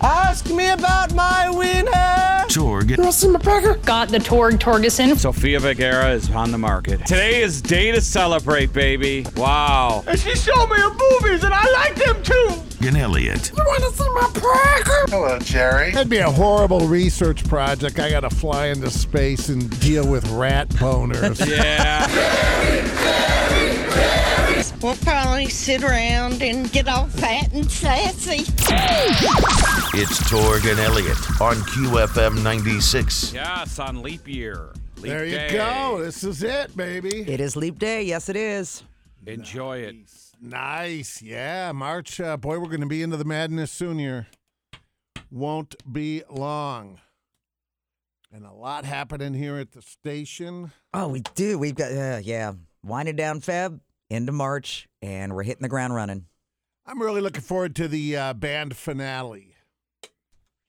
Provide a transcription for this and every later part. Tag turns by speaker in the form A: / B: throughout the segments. A: ask me about my winner.
B: Torg.
A: Russell McPacker.
C: Got the Torg Torgeson.
D: Sofia Vergara is on the market. Today is day to celebrate, baby. Wow.
A: And she showed me her boobies, and I like them too.
B: And Elliot.
A: You want to see my pecker?
E: Hello, Jerry.
F: That'd be a horrible research project. I got to fly into space and deal with rat boners.
D: Yeah.
G: We'll probably sit around and get all fat and sassy.
H: It's Torg and Elliot on QFM 96.
D: yes, on leap year. Leap
F: there you
D: day.
F: go. This is it, baby.
I: It is leap day. Yes, it is.
D: Enjoy it.
F: Nice. Yeah, March. Uh, boy, we're going to be into the madness soon here. Won't be long. And a lot happening here at the station.
I: Oh, we do. We've got, uh, yeah, winding down Feb into March, and we're hitting the ground running.
F: I'm really looking forward to the uh, band finale.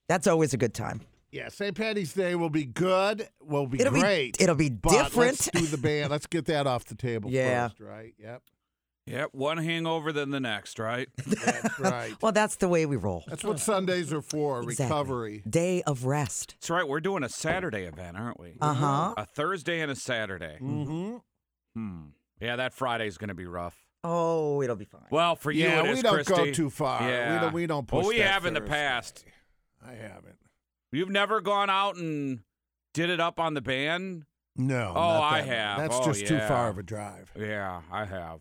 I: That's always a good time.
F: Yeah, St. Patty's Day will be good. Will be
I: It'll be-
F: great.
I: it'll be
F: but Let's
I: different.
F: do the band. Let's get that off the table
I: Yeah.
F: first, right? Yep,
D: Yep, one hangover than the next, right?
F: that's right.
I: Well, that's the way we roll.
F: That's what Sundays are for,
I: Exactly.
F: recovery.
I: Day of rest.
D: That's right. We're doing a Saturday event, aren't we?
I: Uh huh.
D: A Thursday and a Saturday.
F: Mm-hmm.
D: Hmm. Yeah, that Friday's going to be rough.
I: Oh, it'll be fine.
D: Well, for you,
F: Yeah,
D: it
F: we
D: is,
F: don't
D: Christy.
F: go too far. We
D: Yeah.
F: don't- we don't
D: Well,
F: push
D: we
F: that
D: have in the
F: Thursday.
D: past.
F: I haven't.
D: You've never gone out and did it up on the band?
F: No.
D: Oh,
F: not
D: I
F: that.
D: have.
F: That's
D: Oh,
F: just too
D: yeah.
F: far of a drive.
D: Yeah, I have.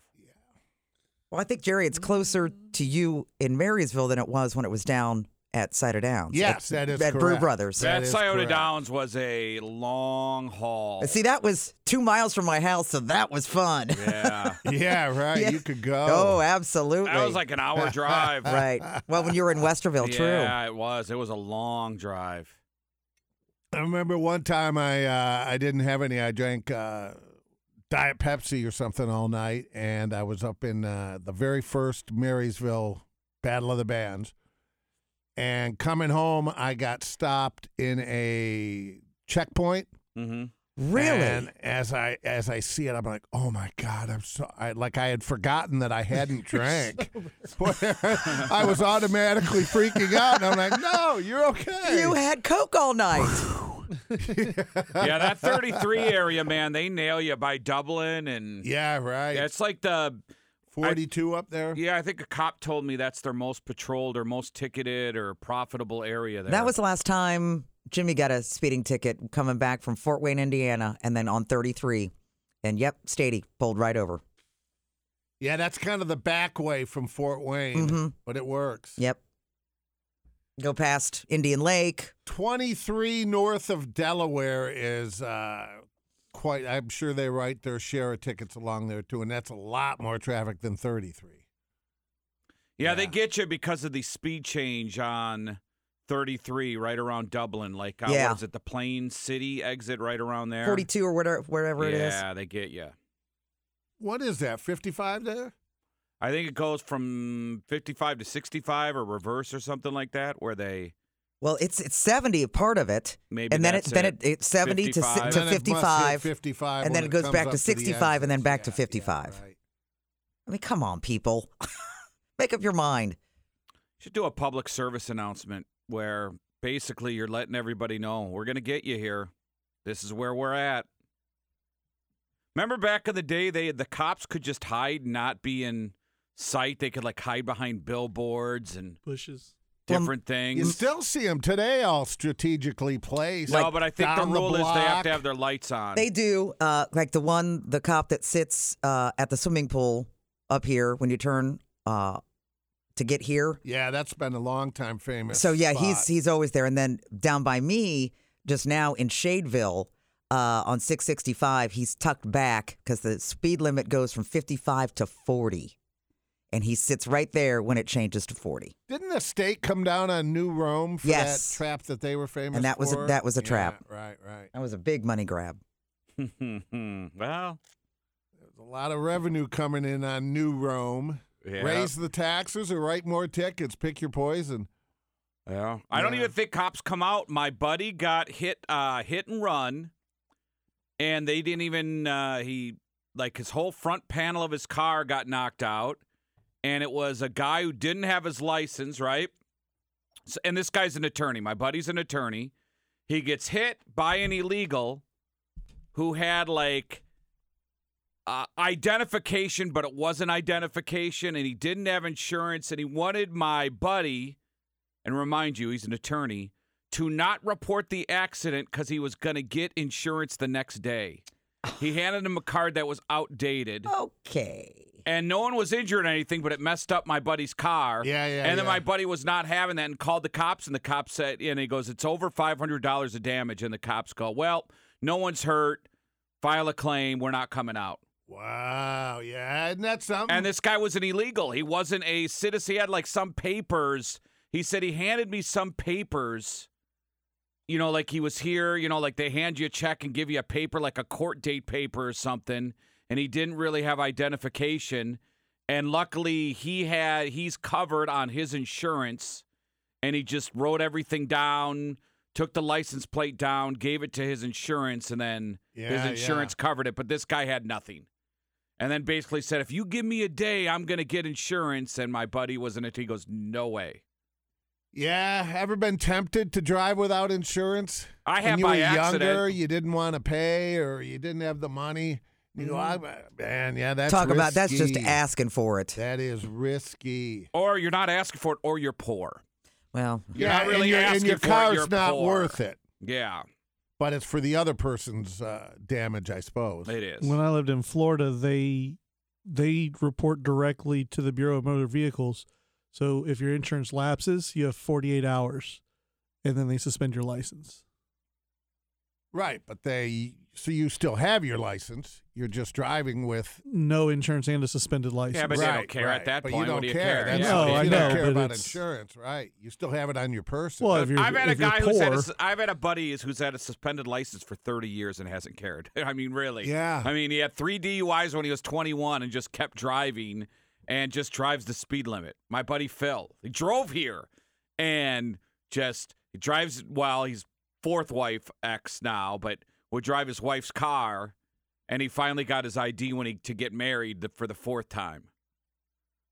I: Well, I think, Jerry, it's closer to you in Marysville than it was when it was down at Cider Downs.
F: Yes,
I: at,
F: that is
I: At Brew
F: correct.
I: Brothers.
F: That
D: That,
F: is
D: Scioto
F: correct.
D: Downs was a long haul.
I: See, that was two miles from my house, so that was fun.
D: yeah.
F: Yeah, right.
I: Yeah.
F: You could go.
I: Oh, absolutely.
D: That was like an hour drive.
I: right. Well, when you were in Westerville,
D: Yeah, it was. It was a long drive.
F: I remember one time I uh, I didn't have any. I drank uh, Diet Pepsi or something all night, and I was up in uh, the very first Marysville Battle of the Bands. And coming home, I got stopped in a checkpoint.
D: Mm-hmm.
I: true. Really?
F: And as I as I see it, I'm like, oh my god, I'm so I, like I had forgotten that I hadn't drank. I was automatically freaking out, and I'm like, no, you're okay.
I: You had Coke all night.
D: Yeah, that 33 area, man, they nail you by doubling and
F: yeah, right.
D: Yeah, it's like the
F: 42 up there.
D: yeah. I think a cop told me that's their most patrolled or most ticketed or profitable area. There.
I: that was the last time Jimmy got a speeding ticket coming back from Fort Wayne, Indiana, and then on 33. And yep, Stady pulled right over.
F: Yeah, that's kind of the back way from Fort Wayne,
I: Mhm.
F: but it works.
I: Yep. Go past Indian Lake.
F: 23 north of Delaware is uh, quite, I'm sure they write their share of tickets along there too, and that's a lot more traffic than 33.
D: yeah, They get you because of the speed change on 33, right around Dublin. Like, uh,
I: Yeah.
D: what is it the Plain City exit right around there?
I: 42 or whatever, wherever it is.
D: Yeah, they get you.
F: What is that, 55 there?
D: I think it goes from 55 to 65 or reverse or something like that, where they
I: Well, it's it's 70 a part of it.
D: Maybe
I: and then
D: that's
I: it then
D: it.
I: it, it's 70 to, si-
D: And
I: to
F: then it must hit
I: 55.
F: 55
I: and then
F: when
I: it goes
F: comes
I: back
F: up
I: to
F: the
I: 65 and then
F: exits.
I: back to
F: Yeah, yeah,
I: 55.
F: right.
I: I mean, come on, people. Make up your mind.
D: should do a public service announcement where basically you're letting everybody know we're going to get you here. This is where we're at. Remember back in the day, they the cops could just hide, not be in sight. They could like hide behind billboards and
J: Bushes.
I: Well,
D: different
F: You
D: things.
F: still see them today, all strategically placed.
D: no, but I think the
F: down
D: rule is they have
F: block.
D: to have their lights on.
I: They do. Uh, like the one, the cop that sits uh, at the swimming pool up here when you turn uh, to get here.
F: Yeah, that's been a long time famous.
I: So yeah, he's
F: spot.
I: he's always there. And then down by me, just now in Shadeville uh, on 665, he's tucked back because the speed limit goes from 55 to 40, and he sits right there when it changes to 40.
F: Didn't the state come down on New Rome for
I: Yes.
F: that trap that they were famous
I: And that was a-
F: for?
I: that was a
F: Yeah,
I: trap.
F: Right, right.
I: That was a big money grab.
D: well,
F: There's a lot of revenue coming in on New Rome.
D: yeah.
F: Raise the taxes or write more tickets. Pick your poison.
D: Yeah. I don't
F: Yeah.
D: even think cops come out. My buddy got hit uh hit and run and they didn't even uh he like his whole front panel of his car got knocked out and it was a guy who didn't have his license, right? S- And this guy's an attorney. My buddy's an attorney. He gets hit by an illegal who had like uh, identification, but it wasn't identification, and he didn't have insurance, and he wanted my buddy, and remind you, he's an attorney, to not report the accident because he was going to get insurance the next day. He handed him a card that was outdated
I: Okay.
D: and no one was injured or anything, but it messed up my buddy's car.
F: Yeah, yeah,
D: And then
F: yeah.
D: my buddy was not having that and called the cops, and the cops said, and he goes, "It's over five hundred dollars of damage." And the cops go, "Well, no one's hurt. File a claim. We're not coming out."
F: Wow. Yeah. Isn't that something?
D: And this guy was an illegal. He wasn't a citizen. He had like some papers. He said he handed me some papers. You know, like he was here, you know, like they hand you a check and give you a paper, like a court date paper or something. And he didn't really have identification. And luckily, he had, he's covered on his insurance. And he just wrote everything down, took the license plate down, gave it to his insurance, and then his
F: Yeah, yeah.
D: insurance covered it. But this guy had nothing and then basically said, "If you give me a day, I'm gonna get insurance." And my buddy was in it. He goes, "No way."
F: yeah. Ever been tempted to drive without insurance?
D: I
F: when
D: have
F: you
D: by
F: were
D: accident.
F: younger, you didn't want to pay or you didn't have the money. You go,
D: Mm-hmm.
F: I, man, yeah, that's
I: Talk about that's just
F: risky.
I: asking for it.
F: That is risky.
D: Or you're not asking for it, or you're poor.
I: Well,
D: You're not
F: and
D: really
F: your- and
D: asking
F: your
D: for it,
F: car's
D: you're
F: not
D: poor.
F: worth it.
D: Yeah,
F: But it's for the other person's uh, damage, I suppose.
D: it is.
B: When I lived in Florida, they they report directly to the Bureau of Motor Vehicles. So if your insurance lapses, you have 48 hours, and then they suspend your license.
F: Right, but they so you still have your license. You're just driving with
B: No insurance and a suspended license.
D: but they
F: right,
D: don't care at
F: right,
D: that
F: but
D: point.
F: You
D: What
F: don't
D: do you
F: care.
D: care?
F: That's
B: Yeah.
F: what
B: No,
F: it is.
B: I
F: you
B: know,
F: don't care
B: but
F: about
B: it's-
F: insurance, right? You still have it on your person.
B: well, if you're,
D: I've had a
B: if you're
D: guy
B: poor,
D: who's had a, s- I've had a buddy who's had a suspended license for 30 years and hasn't cared. I mean, really.
F: Yeah.
D: I mean, he had three DUIs when he was 21 and just kept driving and just drives the speed limit. My buddy Phil, he drove here and just he drives while he's fourth wife ex now, but would drive his wife's car. And he finally got his ID when he to get married the, for the fourth time.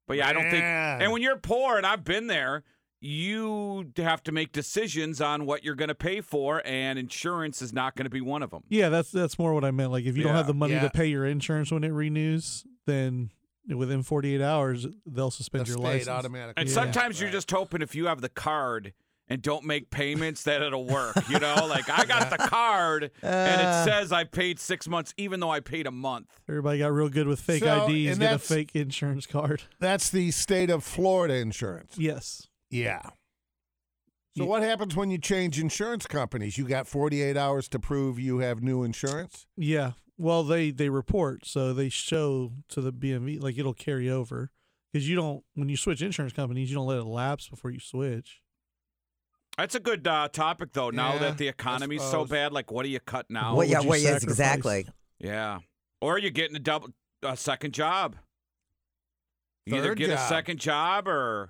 D: But yeah, I don't think.
F: Man.
D: And when you're poor, and I've been there, you have to make decisions on what you're going to pay for, and insurance is not going to be one of them.
B: yeah, that's that's more what I meant. Like if you don't have
D: Yeah,
B: the money
F: yeah.
B: to pay your insurance when it renews, then within 48 hours they'll
F: the
B: suspend your
F: state
B: license.
F: automatically.
D: And
B: Yeah.
D: sometimes you're
F: Right.
D: just hoping if you have the card and don't make payments that it'll work. You know, like I got the card and
B: Uh.
D: it says I paid six months, even though I paid a month.
B: Everybody got real good with fake
F: So,
B: IDs,
F: and
B: get a
F: that's-
B: fake insurance card.
F: That's the state of Florida insurance.
B: Yes.
F: Yeah. So
B: Ye-
F: what happens when you change insurance companies? You got 48 hours to prove you have new insurance.
B: Yeah. Well, they they report, so they show to the BMV like it'll carry over because you don't when you switch insurance companies, you don't let it lapse before you switch.
D: That's a good uh, topic, though. Now
F: Yeah,
D: that the
F: I
D: economy's so
F: suppose.
D: bad, like what do you cut now?
I: well,
B: what
I: yeah,
B: would you
I: well, yes,
B: sacrifice?
I: exactly.
D: Yeah. Or you're getting a double, a second job. You either
F: Third
D: get a
F: job.
D: second job or.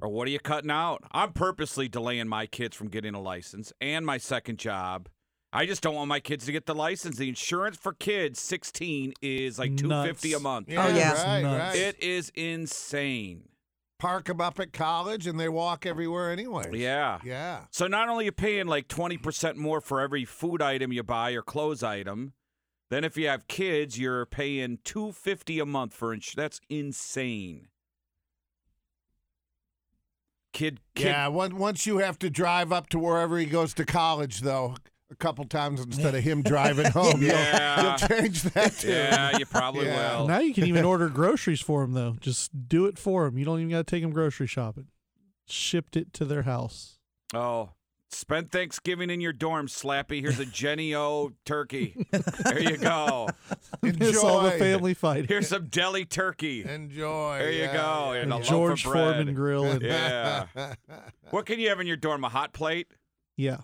D: Or what are you cutting out? I'm purposely delaying my kids from getting a license and my second job. I just don't want my kids to get the license. The insurance for kids 16 is like
B: Nuts.
D: 250 a month.
I: Oh, yeah.
F: Right, right.
B: Nuts.
D: It is insane.
F: Park them up at college and they walk everywhere anyway.
D: Yeah.
F: Yeah.
D: So not only are you paying like 20% more for every food item you buy or clothes item, then if you have kids, you're paying 250 a month for insurance. That's insane. Kid, kid
F: Yeah, on- once you have to drive up to wherever he goes to college, though, a couple times instead of him driving home, you'll-
D: Yeah.
F: you'll, change that too.
D: Yeah, you probably
F: Yeah.
D: will.
B: Now you can even order groceries for them though. Just do it for them. You don't even got to take them grocery shopping. Shipped it to their house.
D: Oh, spend Thanksgiving in your dorm, Slappy. Here's a Jenny O turkey. There you go.
B: Miss all the
F: Enjoy.
B: family fight.
D: Here's some deli turkey.
F: Enjoy.
D: There you
F: yeah,
D: go.
F: yeah.
D: And a loaf of
B: George
D: bread.
B: Foreman grill. And, yeah.
D: Yeah. What can you have in your dorm? A hot plate?
B: yeah.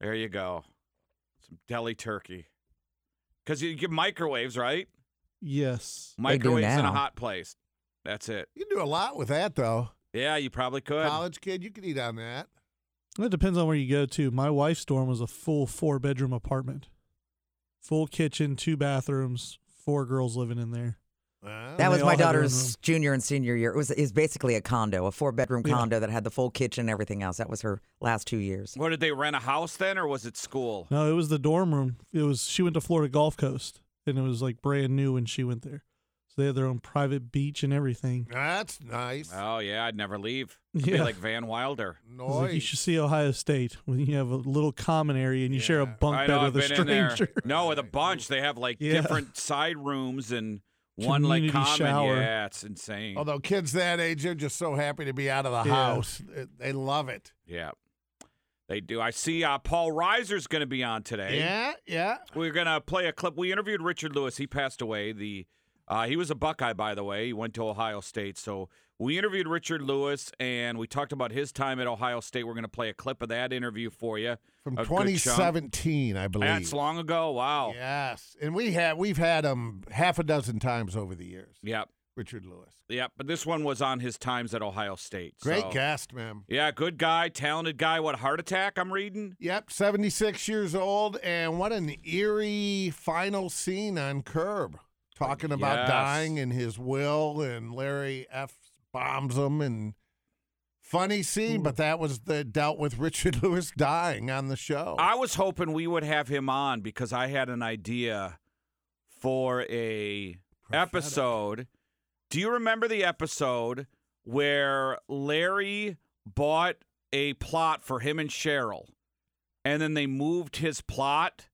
D: There you go. Some deli turkey. Because you get microwaves, right?
B: Yes.
I: They do
D: Microwaves in a
I: now.
D: hot place. That's it.
F: You can do a lot with that, though.
D: Yeah, you probably could.
F: College kid, you could eat on that.
B: It depends on where you go to. My wife's dorm was a full four bedroom apartment, full kitchen, two bathrooms, four girls living in there.
F: Uh,
I: That
B: And
I: was
B: they all
I: my
B: had their own
I: daughter's
B: room.
I: junior and senior year. It was is basically a condo, a four bedroom
B: Yeah.
I: condo that had the full kitchen and everything else. That was her last two years.
D: What did they rent a house then, or was it school?
B: No, it was the dorm room. It was she went to Florida Gulf Coast, and it was like brand new when she went there. So they had their own private beach and everything.
F: that's nice.
D: Oh yeah, I'd never leave. I'd be
B: Yeah.
D: like Van Wilder.
B: I was like, you
F: Nice.
B: should see Ohio State when you have a little common area and you share a
F: Yeah.
B: bunk
D: I
B: bed
D: know, I've
B: with a
D: been in there.
B: stranger.
D: No, with a bunch. They have like
B: Yeah.
D: different side rooms and one like
B: Community
D: common.
B: shower.
D: Yeah, it's insane.
F: Although kids that age, they're just so happy to be out of the
B: Yeah.
F: house. They- They love it.
D: yeah, they do. I see. Uh, Paul Reiser's going to be on today.
F: Yeah, yeah.
D: We're gonna play a clip. We interviewed Richard Lewis. He passed away. The uh, he was a Buckeye, by the way. He went to Ohio State. So we interviewed Richard Lewis, and we talked about his time at Ohio State. We're gonna play a clip of that interview for you.
F: From
D: A good chunk.
F: 2017, I believe.
D: That's long ago. Wow. Yeah.
F: Yes, and we have we've had him half a dozen times over the years.
D: Yep.
F: Richard Lewis,
D: Yep. But this one was on his times at Ohio State.
F: great
D: so-
F: guest, ma'am.
D: Yeah, good guy, talented guy. What heart attack? I'm reading.
F: Yep, 76 years old, and what an eerie final scene on Curb, talking about
D: Yes.
F: dying and his will, and Larry F. bombs him, and funny scene, but that was the dealt with Richard Lewis dying on the show.
D: I was hoping we would have him on because I had an idea for a
F: Prophetic.
D: episode. Do you remember the episode where Larry bought a plot for him and Cheryl, and then they moved his plot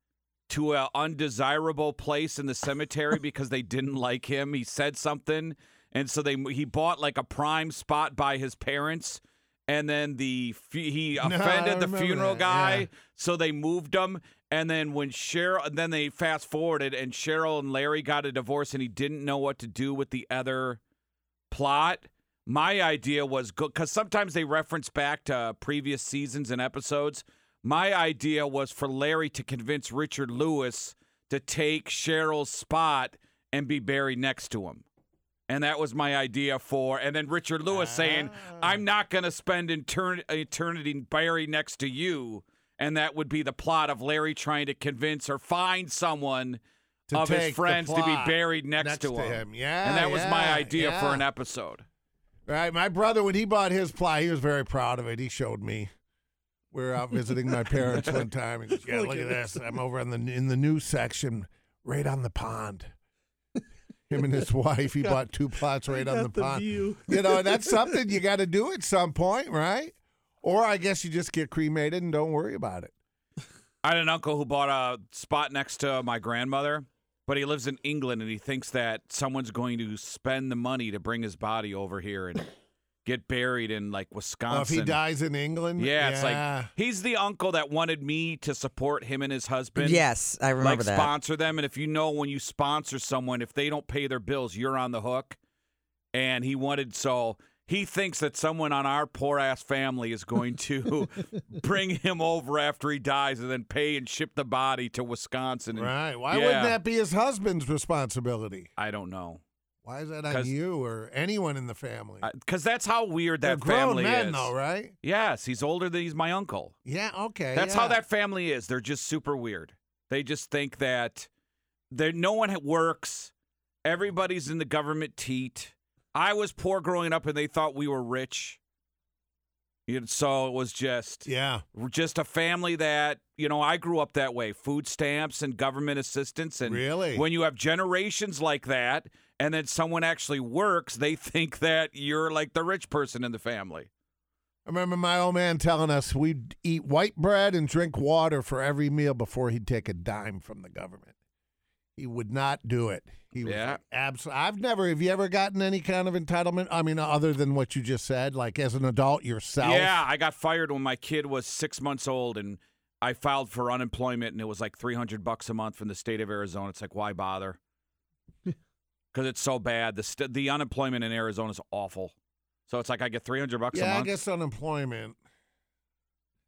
D: to an undesirable place in the cemetery because they didn't like him? He said something, and so they he bought like a prime spot by his parents. And then the fu- he
F: No, I
D: offended the
F: remember
D: funeral
F: that,
D: guy,
F: yeah.
D: so they moved him. And then when Cheryl, and then they fast forwarded, and Cheryl and Larry got a divorce, and he didn't know what to do with the other plot. My idea was good because sometimes they reference back to previous seasons and episodes. My idea was for Larry to convince Richard Lewis to take Cheryl's spot and be buried next to him. And that was my idea for, and then Richard Lewis saying,
F: Ah.
D: I'm not going to spend intern- eternity buried next to you. And that would be the plot of Larry trying to convince or find someone
F: To
D: of
F: take
D: his
F: the
D: friends to be
F: plot
D: buried next,
F: next to him. Yeah,
D: And that was my
F: yeah,
D: idea for
F: yeah.
D: an episode.
F: Right, my brother when he bought his ply, he was very proud of it. He showed me. We were out visiting my parents one time. He goes, "Yeah, look, at this. I'm over in the in the news section, right on the pond." Him and his wife, he bought two plots right on the,
B: Got the
F: pond.
B: view.
F: You know, and that's something you got to do at some point, right? Or I guess you just get cremated and don't worry about it.
D: I had an uncle who bought a spot next to my grandmother, but he lives in England and he thinks that someone's going to spend the money to bring his body over here and get buried in like Wisconsin.
F: Well, if he dies in England,
D: yeah, it's
F: yeah.
D: like he's the uncle that wanted me to support him and his husband.
I: yes, I remember
D: like
I: that.
D: sponsor them and if you know when you sponsor someone if they don't pay their bills you're on the hook and he wanted so he thinks that someone on our poor ass family is going to bring him over after he dies and then pay and ship the body to Wisconsin. and-
F: right. Why
D: Yeah.
F: wouldn't that be his husband's responsibility?
D: I don't know.
F: Why is that
D: 'Cause-
F: on you or anyone in the family?
D: Because that's how weird
F: They're
D: that
F: grown
D: family
F: men,
D: is.
F: though, right?
D: Yes, he's older than he's my uncle.
F: Yeah, okay.
D: That's how
F: yeah.
D: that family is. They're just super weird. They just think that there no one works. Everybody's in the government teat. I was poor growing up, and they thought we were rich. And so it was just
F: Yeah.
D: we're just a family that you know I grew up that way. Food stamps and government assistance, and
F: Really?
D: when you have generations like that, and then someone actually works, they think that you're like the rich person in the family.
F: I remember my old man telling us we'd eat white bread and drink water for every meal before he'd take a dime from the government. He would not do it. He was
D: Yeah.
F: absolutely. I've never. Have you ever gotten any kind of entitlement? I mean, other than what you just said, like as an adult yourself.
D: Yeah, I got fired when my kid was six months old, and I filed for unemployment, and it was like three hundred bucks a month from the state of Arizona. It's like, why bother? Because it's so bad. The st- the unemployment in Arizona is awful. So it's like I get three hundred bucks a
F: Yeah, I
D: month.
F: guess unemployment.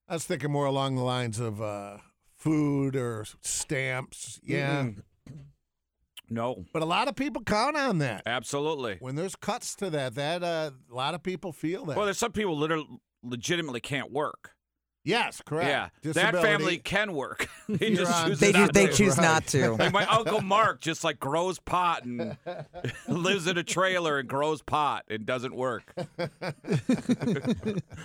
F: I was thinking more along the lines of uh, food or stamps. Yeah,
D: No,
F: but a lot of people count on that.
D: absolutely.
F: When there's cuts to that, that uh, a lot of people feel that.
D: Well, there's some people literally legitimately can't work.
F: Yes, correct.
D: Yeah, that
F: Disability.
D: family can work. they
F: You're
D: just
F: on-
D: choose
I: They
D: not
I: just, they
D: to.
I: choose
F: Right.
I: not to.
D: Like my uncle Mark just like grows pot and lives in a trailer and grows pot and doesn't work.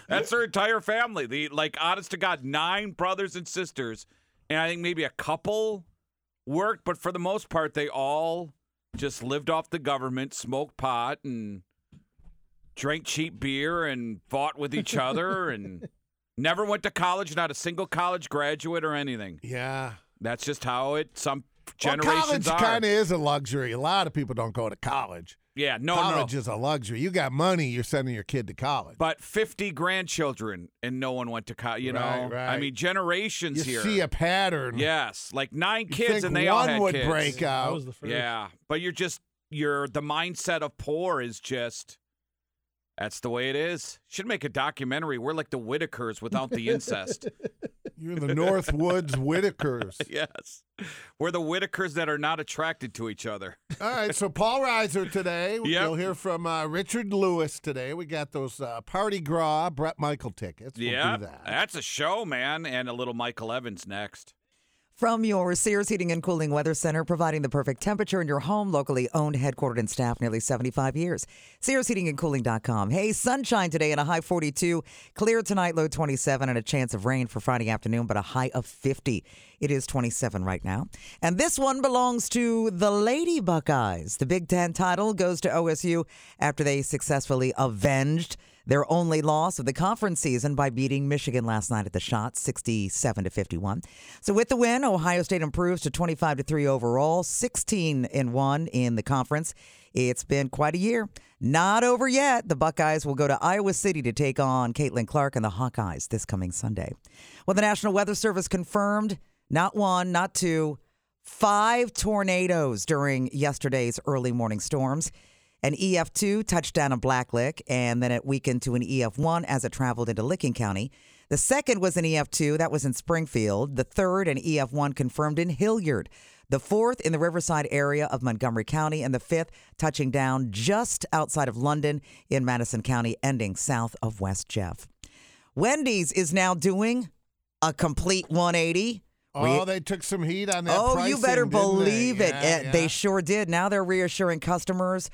D: That's their entire family. The like honest to God, nine brothers and sisters, and I think maybe a couple worked, but for the most part, they all just lived off the government, smoked pot, and drank cheap beer and fought with each other and never went to college, not a single college graduate or anything.
F: Yeah.
D: That's just how it some
F: Well,
D: generations
F: college
D: are.
F: kind of is a luxury. A lot of people don't go to college.
D: yeah, no, no.
F: college is a luxury. You got money, you're sending your kid to college.
D: but 50 grandchildren and no one went to college, you know?
F: Right,
D: I
F: right.
D: mean, generations
F: you
D: here.
F: see a pattern.
D: yes, like nine
F: You
D: kids
F: think
D: and they
F: one
D: all had
F: would
D: kids.
F: break
B: That
F: out.
B: was the first.
D: Yeah, but you're just you're the mindset of poor is just that's the way it is. Should make a documentary. We're like the Whitakers without the incest.
F: You're the Northwoods Whitakers.
D: yes, we're the Whitakers that are not attracted to each other.
F: All right, so Paul Reiser today.
D: Yep.
F: You'll hear from uh, Richard Lewis today. We got those uh, Party Gras Brett Michael tickets. We'll
D: yeah,
F: do that.
D: that's a show, man, and a little Michael Evans next.
I: From your Sears Heating and Cooling Weather Center, providing the perfect temperature in your home, locally owned, headquartered, and staffed nearly 75 years. SearsHeatingandCooling.com. Hey, sunshine today and a high 42, clear tonight, low 27, and a chance of rain for Friday afternoon, but a high of 50. It is 27 right now. And this one belongs to the Lady Buckeyes. The Big Ten title goes to OSU after they successfully avenged their only loss of the conference season by beating Michigan last night at the shot 67 to 51. So with the win, Ohio State improves to 25 to 3 overall, 16 and 1 in the conference. It's been quite a year. Not over yet. The Buckeyes will go to Iowa City to take on Caitlin Clark and the Hawkeyes this coming Sunday. Well, the National Weather Service confirmed not one, not two, five tornadoes during yesterday's early morning storms. An EF2 touched down in Blacklick, and then it weakened to an EF1 as it traveled into Licking County. The second was an EF2, that was in Springfield. The third, an EF1 confirmed in Hilliard. The fourth, in the Riverside area of Montgomery County. And the fifth, touching down just outside of London in Madison County, ending south of West Jeff. Wendy's is now doing a complete 180.
F: Oh, they took some heat on that.
I: Oh, you
F: pricing,
I: better
F: didn't they?
I: believe it.
F: Yeah,
I: Uh,
F: yeah.
I: They sure did. Now they're reassuring customers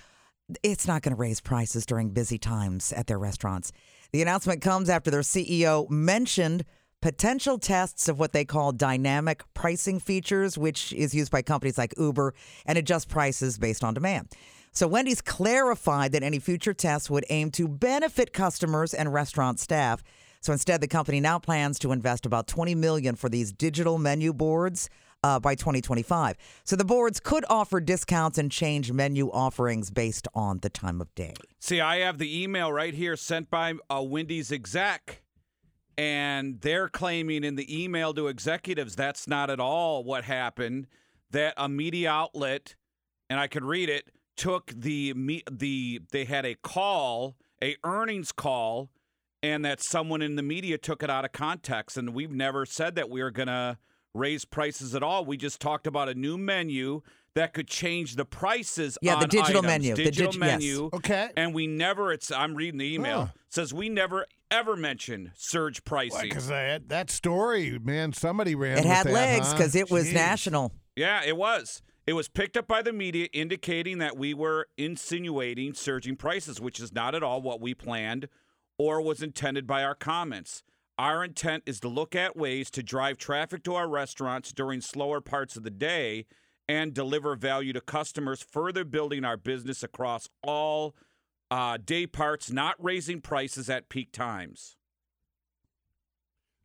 I: it's not going to raise prices during busy times at their restaurants. The announcement comes after their CEO mentioned potential tests of what they call dynamic pricing features, which is used by companies like Uber and adjust prices based on demand. So Wendy's clarified that any future tests would aim to benefit customers and restaurant staff. So instead, the company now plans to invest about 20 million for these digital menu boards uh, by 2025. So the boards could offer discounts and change menu offerings based on the time of day.
D: See, I have the email right here sent by a Wendy's exec, and they're claiming in the email to executives that's not at all what happened. That a media outlet, and I could read it, took the me- the they had a call, a earnings call, and that someone in the media took it out of context. And we've never said that we were gonna raise prices at all. We just talked about a new menu that could change the prices.
I: Yeah, the
D: on
I: digital
D: items.
I: menu, the
D: Digital
I: dig- yes.
D: menu.
F: Okay.
D: And we never, it's, I'm reading the email,
F: Uh, Huh.
D: says we never ever mentioned surge pricing.
F: Because that, that story, man, somebody ran.
I: it
F: with
I: had
F: that,
I: legs
F: huh?
I: because it was
F: Jeez.
I: national.
D: yeah, it was. It was picked up by the media indicating that we were insinuating surging prices, which is not at all what we planned or was intended by our comments. Our intent is to look at ways to drive traffic to our restaurants during slower parts of the day and deliver value to customers, further building our business across all uh, day parts, not raising prices at peak times.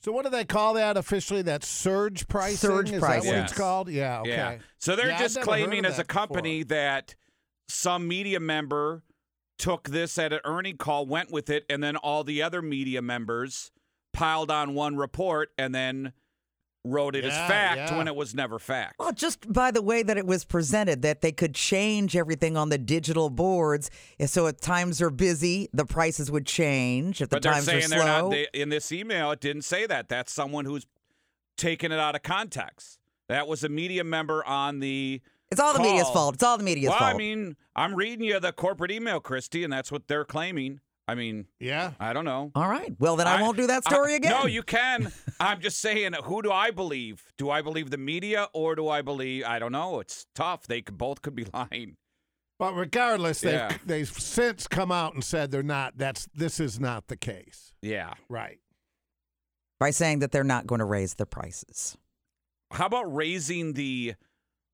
F: So what do they call that officially? That surge pricing.
I: Surge
F: is
I: pricing.
F: That what
D: Yes.
F: it's called? Yeah. Okay.
D: Yeah. So they're
F: Yeah, I've
D: just
F: never heard of
D: claiming as a
F: that
D: company
F: before.
D: that some media member took this at an earning call, went with it, and then all the other media members piled on one report and then wrote it
F: Yeah,
D: as fact
F: yeah.
D: when it was never fact.
I: Well, just by the way that it was presented, that they could change everything on the digital boards. And so if times are busy, the prices would change. If the
D: but they're
I: times are
D: saying
I: slow,
D: they're not. They, in this email, it didn't say that. That's someone who's taken it out of context. That was a media member on the.
I: it's all the media's
D: call.
I: fault. It's all the media's
D: well,
I: fault.
D: I mean, I'm reading you the corporate email, Christy, and that's what they're claiming. I mean,
F: Yeah.
D: I don't know.
I: All right. Well, then I, won't do that story
D: I-
I: again.
D: No, you can. I'm just saying, who do I believe? Do I believe the media or do I believe? I don't know. It's tough. They could, both could be lying.
F: But regardless, they've,
D: Yeah.
F: they've since come out and said they're not. That's this is not the case.
D: Yeah.
F: Right.
I: By saying that they're not going to raise the prices.
D: How about raising the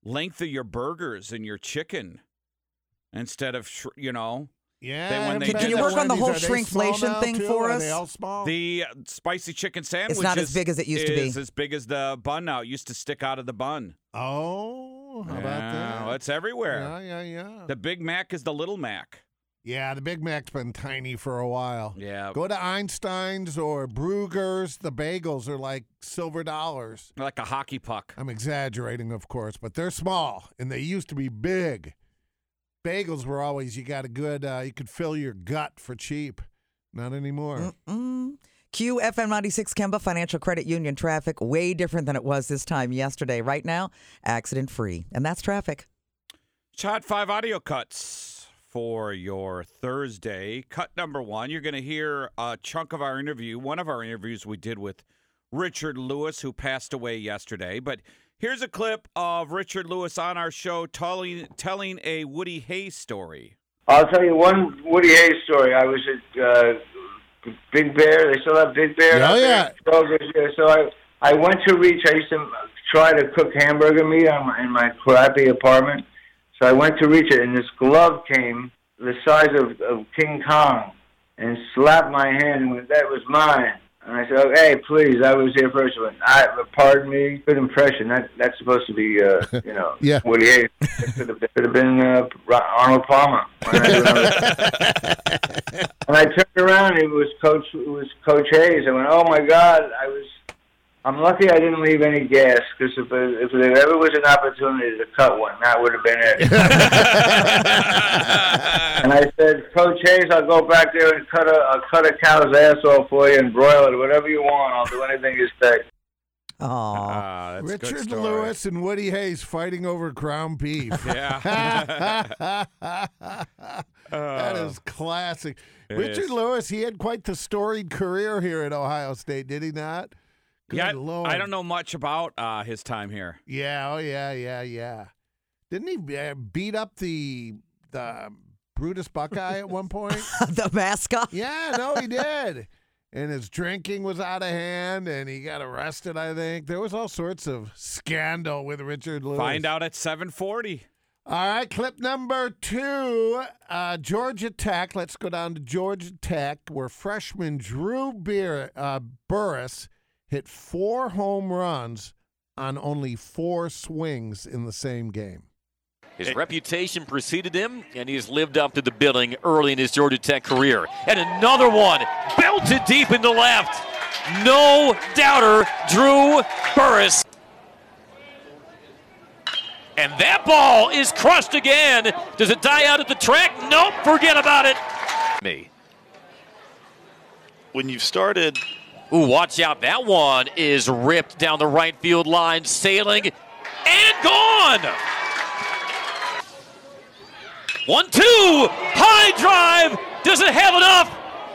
D: length of your burgers and your chicken instead of sh- you know
F: Yeah.
D: They- when
F: haven't
D: they
F: been to
D: did that- Can you
I: work on the
F: one of
I: whole
F: these. Are they small
I: shrinkflation
F: now,
I: thing
F: too?
I: for
F: Are they
I: us?
F: all small?
D: the uh, spicy chicken sandwich?
I: not as
D: is-
I: big as it used to
D: is
I: be.
D: As big as the bun now. It used to stick out of the bun.
F: oh, how about
D: Yeah,
F: that?
D: It's everywhere.
F: Yeah, yeah, yeah.
D: The Big Mac is the Little Mac.
F: yeah, the Big Mac's been tiny for a while.
D: Yeah.
F: Go to Einstein's or Brugger's. The bagels are like silver dollars.
D: Like a hockey puck.
F: I'm exaggerating, of course, but they're small and they used to be big. Bagels were always you got a good uh, you could fill your gut for cheap. Not anymore.
I: Mm-mm. QFM 96 Kemba Financial Credit Union traffic, way different than it was this time yesterday. Right now, accident free. And that's traffic.
D: Shot five audio cuts for your Thursday. Cut number one, you're going to hear a chunk of our interview, one of our interviews we did with Richard Lewis, who passed away yesterday. But here's a clip of Richard Lewis on our show telling, telling a Woody Hayes story.
C: I'll tell you one Woody Hayes story. I was at uh, Big Bear. They still have Big Bear.
F: Oh,
C: out there?
F: yeah.
C: Kroger's there. So I I went to reach. I used to try to cook hamburger meat on my, in my crappy apartment. So I went to reach it, and this glove came the size of, of King Kong and slapped my hand and went, that was mine. And I said, oh, hey, please, I was here first. She Went, I, pardon me. Good impression. That That's supposed to be, uh, you know,
F: Yeah.
C: Woody Hayes. It could have been, could have been uh, Ro- Arnold Palmer. And I, and I turned around. It was Coach. It was Coach Hayes. I went, oh my God. I was. I'm lucky I didn't leave any gas because if, if there ever was an opportunity to cut one, that would have been it. And I said, Coach Hayes, I'll go back there and cut a I'll cut a cow's ass off for you and broil it, whatever you want. I'll do anything you say.
I: Oh,
D: Ah, that's a good
F: Richard
D: story.
F: Lewis and Woody Hayes fighting over ground beef.
D: Yeah. Oh.
F: that is classic.
D: It
F: Richard
D: is.
F: Lewis, he had quite the storied career here at Ohio State, did he not? Good
D: yeah,
F: Lord.
D: I don't know much about uh, his time here.
F: Yeah, oh yeah, yeah, yeah. Didn't he uh, beat up the the Brutus Buckeye at one point?
I: the mascot.
F: yeah, no, he did. And his drinking was out of hand, and he got arrested. I think there was all sorts of scandal with Richard Lewis.
D: Find out at 740.
F: All right, clip number two uh, Georgia Tech. Let's go down to Georgia Tech, where freshman Drew Beer, uh, Burris hit four home runs on only four swings in the same game.
E: His reputation preceded him, and he has lived up to the billing early in his Georgia Tech career. And another one, belted deep into left. No doubter, Drew Burris. And that ball is crushed again. Does it die out at the track? Nope, forget about it. Me.
J: when you've started
E: Ooh, watch out. That one is ripped down the right field line, sailing and gone. One, two, high drive. Does it have enough?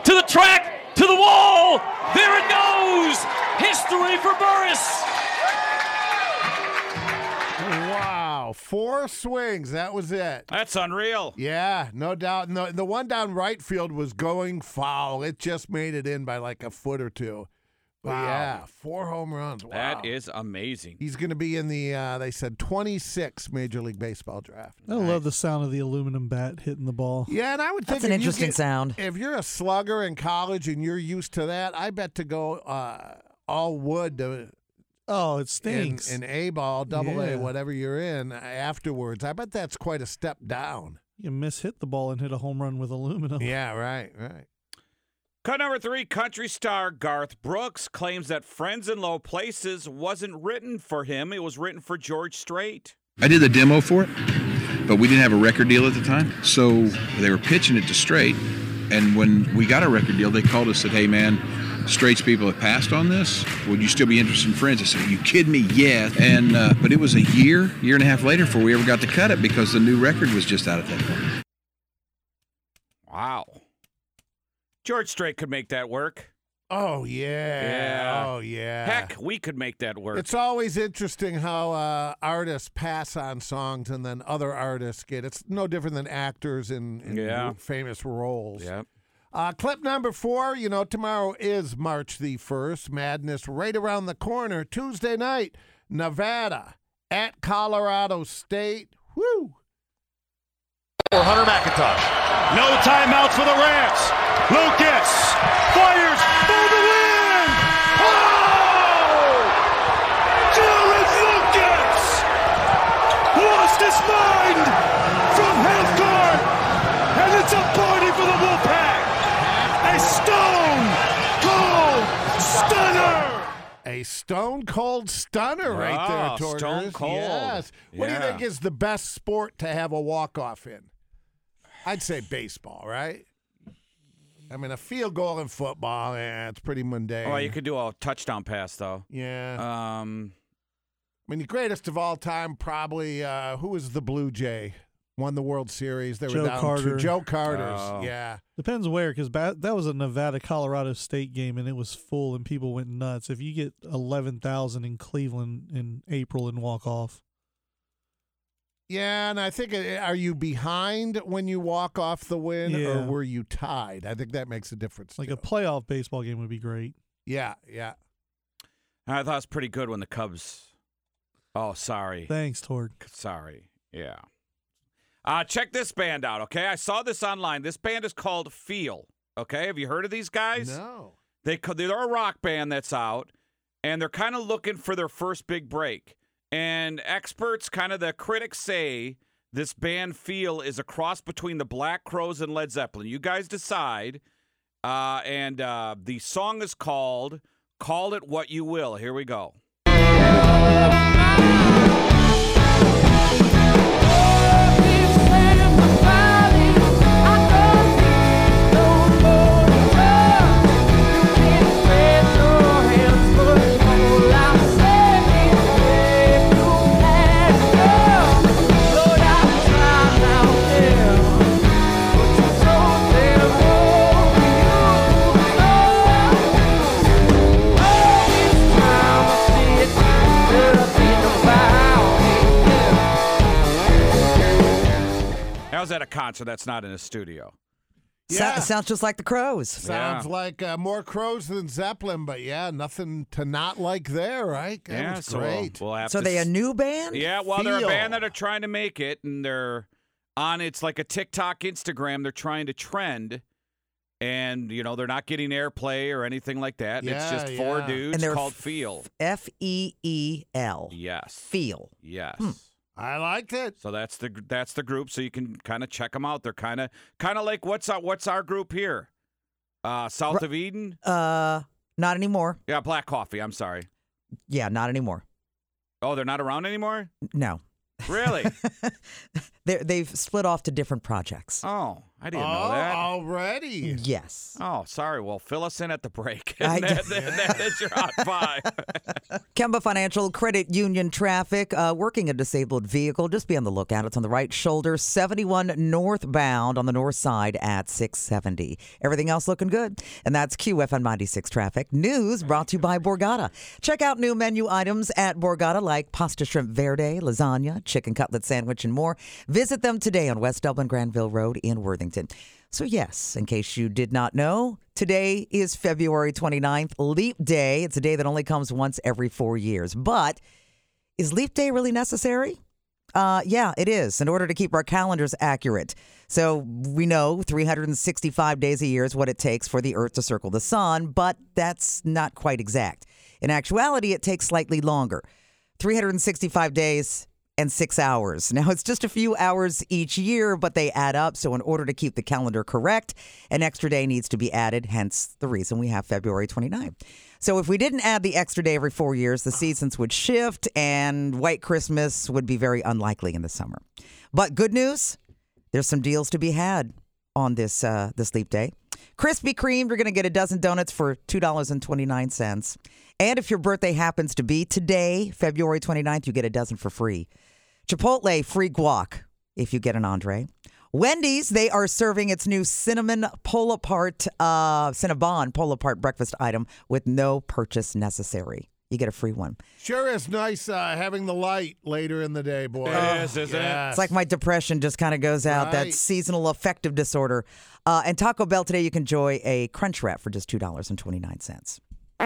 E: To the track, to the wall. There it goes. History for Burris.
F: Wow, four swings. That was it.
D: That's unreal.
F: Yeah, no doubt. No, the one down right field was going foul. It just made it in by like a foot or two. But yeah, four home runs. Wow.
D: That is amazing.
F: He's going to be in the, uh, they said, 26 Major League Baseball draft.
B: I love the sound of the aluminum bat hitting the ball.
F: Yeah, and I would think
I: That's an
F: if you
I: interesting
F: get-
I: sound.
F: If you're a slugger in college and you're used to that, I bet to go uh, all wood to
B: Oh, it
F: in,
B: stinks.
F: in A ball, double
B: Yeah.
F: A, whatever you're in uh, afterwards. I bet that's quite a step down.
B: you mishit the ball and hit a home run with aluminum.
F: Yeah, right, right.
D: Cut number three country star Garth Brooks claims that Friends in Low Places wasn't written for him, it was written for George Strait.
K: I did the demo for it, but we didn't have a record deal at the time. So they were pitching it to Straight, and when we got a record deal, they called us and said, "Hey, man, Straight's people have passed on this. Would you still be interested in Friends?" I said, "Are you kidding me? Yeah." And uh, but it was a year, year and a half later before we ever got to cut it because the new record was just out at that point.
D: Wow. George Strait could make that work.
F: Oh yeah.
D: Yeah.
F: Oh yeah.
D: Heck, we could make that work. Oh,
F: It's always interesting how uh, artists pass on songs and then other artists get. It's no different than actors in, in
D: Yeah.
F: famous roles.
D: Yep.
F: Uh, clip number four, you know, tomorrow is March the 1st. Madness right around the corner. Tuesday night, Nevada at Colorado State. Woo!
J: for Hunter McIntosh. No timeouts for the Rams. Lucas fires for the win. Oh! Jared Lucas lost his mind from half court, and it's a party for the Wolfpack. A stone cold stunner.
F: A stone cold stunner right
D: Ah,
F: there, Torres.
D: stone cold.
F: Yes. What do you
D: Yeah.
F: think is the best sport to have a walk off in? I'd say baseball, right? I mean, a field goal in football, yeah, it's pretty mundane.
D: Oh, you could do a touchdown pass though.
F: yeah.
D: Um,
F: I mean, the greatest of all time, probably. Uh, who was the Blue Jay? Won the World Series. They were
B: Joe
F: down to-
B: Carter.
F: Joe Carter's.
D: Oh.
F: Yeah.
B: Depends where, because ba- that was a Nevada Colorado State game and it was full and people went nuts. If you get 11,000 in Cleveland in April and walk off,
F: Yeah, and I think it, are you behind when you walk off the win,
B: Yeah.
F: or were you tied? I think that makes a difference.
B: like
F: too.
B: a playoff baseball game would be great.
F: yeah, yeah.
D: I thought it was pretty good when the Cubs. Oh, sorry.
B: Thanks, Tord.
D: Sorry. Yeah. Uh, check this band out, okay? I saw this online. This band is called Feel. Okay, have you heard of these guys?
F: No.
D: They co- they're a rock band that's out, and they're kind of looking for their first big break. And experts, kind of the critics, say this band feel is a cross between the Black Crows and Led Zeppelin. You guys decide. Uh, and uh, the song is called "Call It What You Will." Here we go. That was at a concert. That's not in a studio.
I: So-
F: Yeah.
I: sounds just like the Crows.
F: Sounds like uh, more crows than Zeppelin, but yeah, nothing to not like there, right? That
D: yeah,
F: was
D: so uh,
F: great.
D: We'll, we'll have
I: So
D: to
I: they a
D: s-
I: new band?
D: Yeah, well, they're
F: feel.
D: a band that are trying to make it, and they're on it's like a TikTok, Instagram. They're trying to trend, and you know they're not getting airplay or anything like that. and
F: Yeah,
D: it's just four
F: yeah.
D: dudes
I: And they're
D: called
I: f-
D: Feel.
I: F E E L.
D: Yes,
I: Feel.
D: yes.
F: I liked it.
D: So that's the gr- that's the group. So you can kind of check them out. They're kind of kind of like what's our, what's our group here? Uh, South of Eden.
I: Uh, not anymore.
D: Yeah, Black Coffee. I'm sorry.
I: Yeah, not anymore.
D: Oh, they're not around anymore.
I: No,
D: Really?
I: they they've split off to different projects.
D: oh, I didn't know
F: oh,
D: that.
F: already.
I: Yes.
D: Oh, sorry. Well, fill us in at the break.
I: I
D: And that, that- that is your hot five.
I: Kemba Financial Credit Union traffic, uh, working a disabled vehicle. Just be on the lookout. It's on the right shoulder, 71 northbound on the north side at 670. Everything else looking good. And that's QFN 96 traffic. News brought to you by Borgata. Check out new menu items at Borgata like pasta shrimp verde, lasagna, chicken cutlet sandwich, and more. Visit them today on West Dublin Granville Road in Worthington. So, yes, in case you did not know, today is February 29th, Leap Day. It's a day that only comes once every four years. But is Leap Day really necessary? Uh, yeah, it is in order to keep our calendars accurate. So we know 365 days a year is what it takes for the Earth to circle the sun, but that's not quite exact. In actuality, it takes slightly longer 365 days and six hours. Now, it's just a few hours each year, but they add up. So, in order to keep the calendar correct, an extra day needs to be added, hence the reason we have February 29th. So, if we didn't add the extra day every four years, the seasons would shift and White Christmas would be very unlikely in the summer. But good news there's some deals to be had on this uh, this leap day. Krispy Kreme, you're going to get a dozen donuts for $2.29. And if your birthday happens to be today, February 29th, you get a dozen for free. Chipotle free guac if you get an entree. Wendy's, they are serving its new cinnamon pull apart, uh, Cinnabon pull apart breakfast item with no purchase necessary. You get a free one.
F: Sure is nice uh, having the light later in the day, boy.
D: It is, isn't it?
I: It's like my depression just kind of goes out. That
F: Right.
I: seasonal affective disorder. Uh, and Taco Bell today, you can enjoy a crunch wrap for just two dollars and twenty nine cents.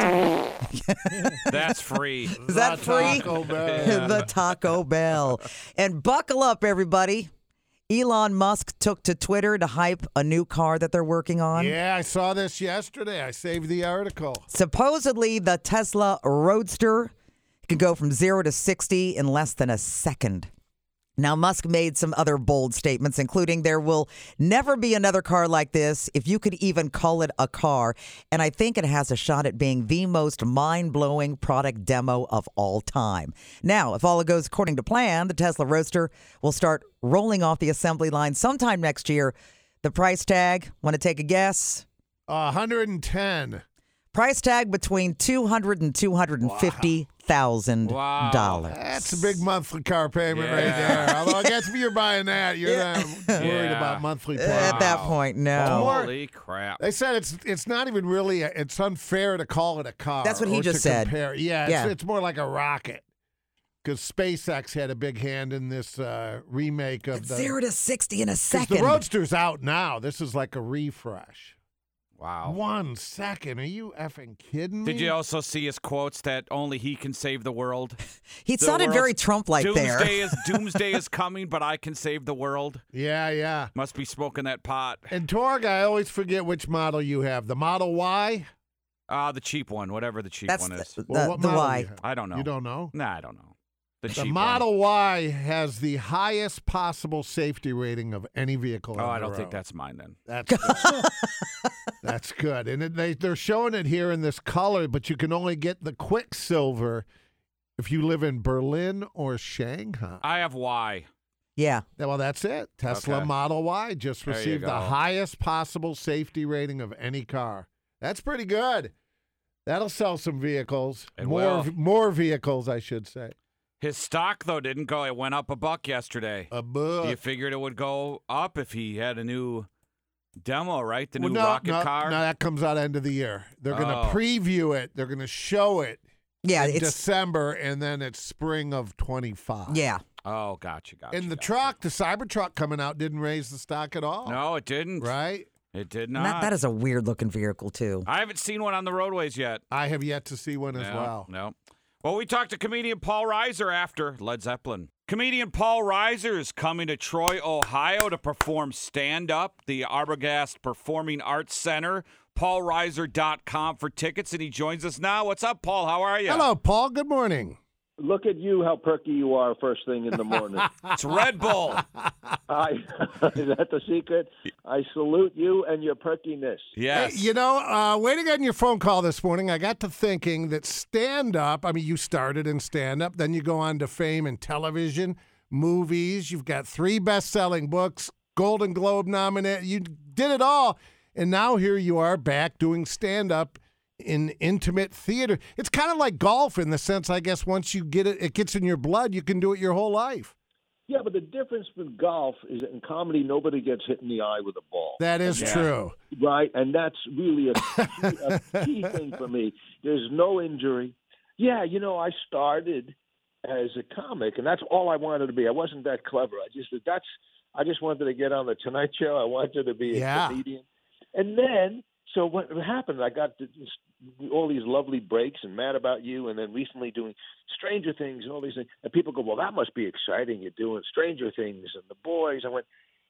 D: That's free.
I: Is that free? the Taco Bell. And buckle up, everybody. Elon Musk took to Twitter to hype a new car that they're working on.
F: Yeah, I saw this yesterday. I saved the article.
I: Supposedly, the Tesla Roadster can go from zero to 60 in less than a second. Now, Musk made some other bold statements, including there will never be another car like this, if you could even call it a car. And I think it has a shot at being the most mind blowing product demo of all time. Now, if all goes according to plan, the Tesla Roadster will start rolling off the assembly line sometime next year. The price tag, want to take a guess?
F: 110.
I: Price tag between 200 and 250,000 dollars.
F: That's a big monthly car payment right
I: Yeah.
F: there. Although I guess if you're buying that, you're not worried
D: Yeah.
F: about monthly.
I: At that point, no.
D: Holy crap.
F: They said it's it's not even really a, it's unfair to call it a car.
I: That's what he
F: or
I: just
F: to
I: said.
F: Compare. Yeah, it's,
I: Yeah.
F: it's more like a rocket. Because SpaceX had a big hand in this uh, remake of the
I: Zero to 60 in a
F: 'Cause
I: second.
F: The Roadster's out now. This is like a refresh.
D: Wow.
F: One second. Are you effing kidding me?
D: Did you also see his quotes that only he can save the world?
I: He
D: The
I: sounded
D: world's-
I: very Trump-like there.
D: Doomsday is doomsday is coming, but I can save the world.
F: Yeah, yeah.
D: Must be smoking that pot.
F: And Torg, I always forget which model you have. The Model Y?
D: Ah, the cheap one, whatever the cheap
I: That's
D: one is.
I: the-
F: Well, what model do you have?
D: I don't know.
F: You don't know?
D: Nah, I don't know. The,
F: The
D: cheap
F: Model Y has the highest possible safety rating of any vehicle.
D: One. Oh,
F: on
D: I
F: the
D: don't think
F: road.
D: that's mine then.
F: That's good. That's good. And it, they, they're showing it here in this color, but you can only get the Quicksilver if you live in Berlin or Shanghai.
D: I have Y.
I: yeah.
F: Yeah, Well, that's it. Tesla
D: Okay.
F: Model Y just
D: There you
F: received the
D: go.
F: highest possible safety rating of any car. That's pretty good. That'll sell some vehicles.
D: It
F: more
D: will.
F: more vehicles, I should say.
D: His stock though didn't go. It went up a buck yesterday.
F: A
D: You
F: book.
D: figured it would go up if he had a new demo, right? The
F: Well,
D: new
F: no,
D: rocket
F: no,
D: car.
F: No, that comes out end of the year. They're going to
D: Oh.
F: preview it. They're going to show it
I: Yeah,
F: in
I: it's
F: December, and then it's spring of twenty five.
I: yeah.
D: Oh, gotcha, gotcha.
F: And the
D: gotcha.
F: truck, the Cybertruck coming out, didn't raise the stock at all.
D: No, it didn't.
F: Right?
D: It did
I: And
D: not.
I: That, that is a weird looking vehicle too.
D: I haven't seen one on the roadways yet.
F: I have yet to see one as
D: no,
F: well.
D: No. Well, we talked to comedian Paul Reiser after Led Zeppelin. Comedian Paul Reiser is coming to Troy, Ohio to perform stand up, the Arbogast Performing Arts Center, paulreiser.com for tickets, and he joins us now. What's up, Paul? How are you?
F: Hello, Paul. Good morning.
L: Look at you, how perky you are first thing in the morning.
D: It's Red
F: Oh.
D: Bull.
L: I, is that the secret? I salute you and your perkiness.
D: yes.
F: Hey, you know, uh, waiting on your phone call this morning, I got to thinking that stand up, I mean, you started in stand up, then you go on to fame in television, movies. You've got three best selling books, Golden Globe nominee. You did it all. And now here you are back doing stand up in intimate theater. It's kind of like golf in the sense, I guess, once you get it, it gets in your blood, you can do it your whole life.
L: Yeah, but the difference with golf is that in comedy, nobody gets hit in the eye with a ball.
F: That is true.
L: Right, and that's really a key, a key thing for me. There's no injury. Yeah, you know, I started as a comic, and that's all I wanted to be. I wasn't that clever. I just that's I just wanted to get on the Tonight Show. I wanted to be a
F: Yeah.
L: comedian, and then so what happened? I got th- this, all these lovely breaks and Mad About You, and then recently doing Stranger Things and all these things. And people go, "Well, that must be exciting. You're doing Stranger Things and The Boys." I went.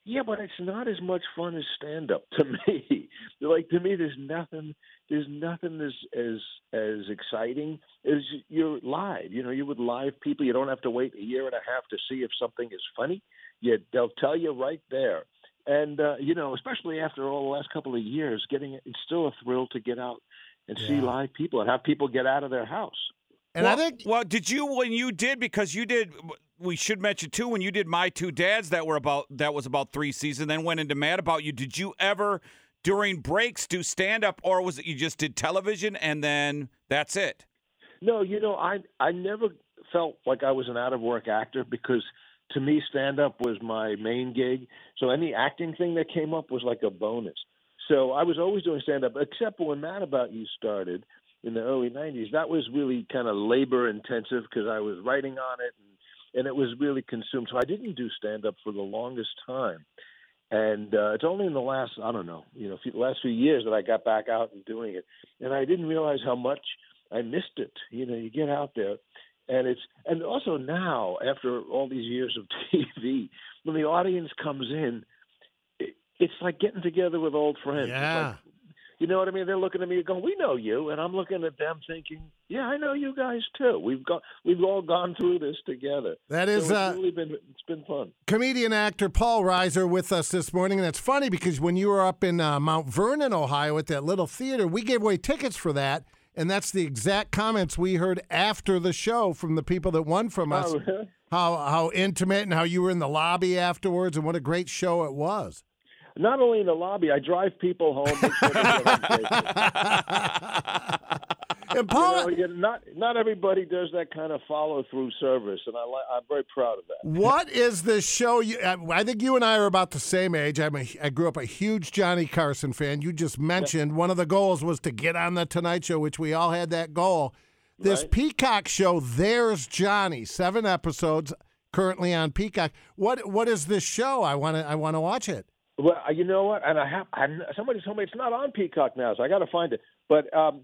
L: Yeah, but it's not as much fun as stand up to me. like to me there's nothing there's nothing as as as exciting as you're live. You know, you with live people, you don't have to wait a year and a half to see if something is funny. You they'll tell you right there. And uh, you know, especially after all the last couple of years, getting it's still a thrill to get out and see
F: Yeah.
L: live people and have people get out of their house.
F: And
D: well,
F: I think
D: Well, did you when you did because you did? We should mention too when you did my two dads that were about that was about three seasons. Then went into Mad About You. Did you ever during breaks do stand up, or was it you just did television and then that's it?
L: No, you know, I I never felt like I was an out of work actor because to me, stand up was my main gig. So any acting thing that came up was like a bonus. So I was always doing stand up, except when Mad About You started in the early 90s. That was really kind of labor intensive because I was writing on it and, and it was really consumed. So I didn't do stand up for the longest time. And uh, it's only in the last, I don't know, you know, few, last few years that I got back out and doing it. And I didn't realize how much I missed it. You know, you get out there and it's and also now after all these years of TV, when the audience comes in, it, it's like getting together with old friends. It's
F: Yeah.
L: like- you know what I mean? They're looking at me going, "We know you," and I'm looking at them thinking, "Yeah, I know you guys too. We've got we've all gone through this together."
F: That is,
L: so it's
F: uh,
L: really been it's been fun.
F: Comedian actor Paul Reiser with us this morning, and it's funny because when you were up in uh, Mount Vernon, Ohio, at that little theater, we gave away tickets for that, and that's the exact comments we heard after the show from the people that won from us.
L: Oh, really?
F: How how intimate and how you were in the lobby afterwards, and what a great show it was.
L: Not only in the lobby, I drive people home. make sure
F: and
L: Paul, you know, you- not not everybody does that kind of follow through service, and I li- I'm very proud of that.
F: What is this show? You, I I think you and I are about the same age. I'm a, I grew up a huge Johnny Carson fan. You just mentioned one of the goals was to get on the Tonight Show, which we all had that goal. This Peacock show, there's Johnny, seven episodes currently on Peacock. What what is this show? I want to I want to watch it.
L: Well, uh, you know what? And I have I, somebody told me it's not on Peacock now, so I got to find it. But um,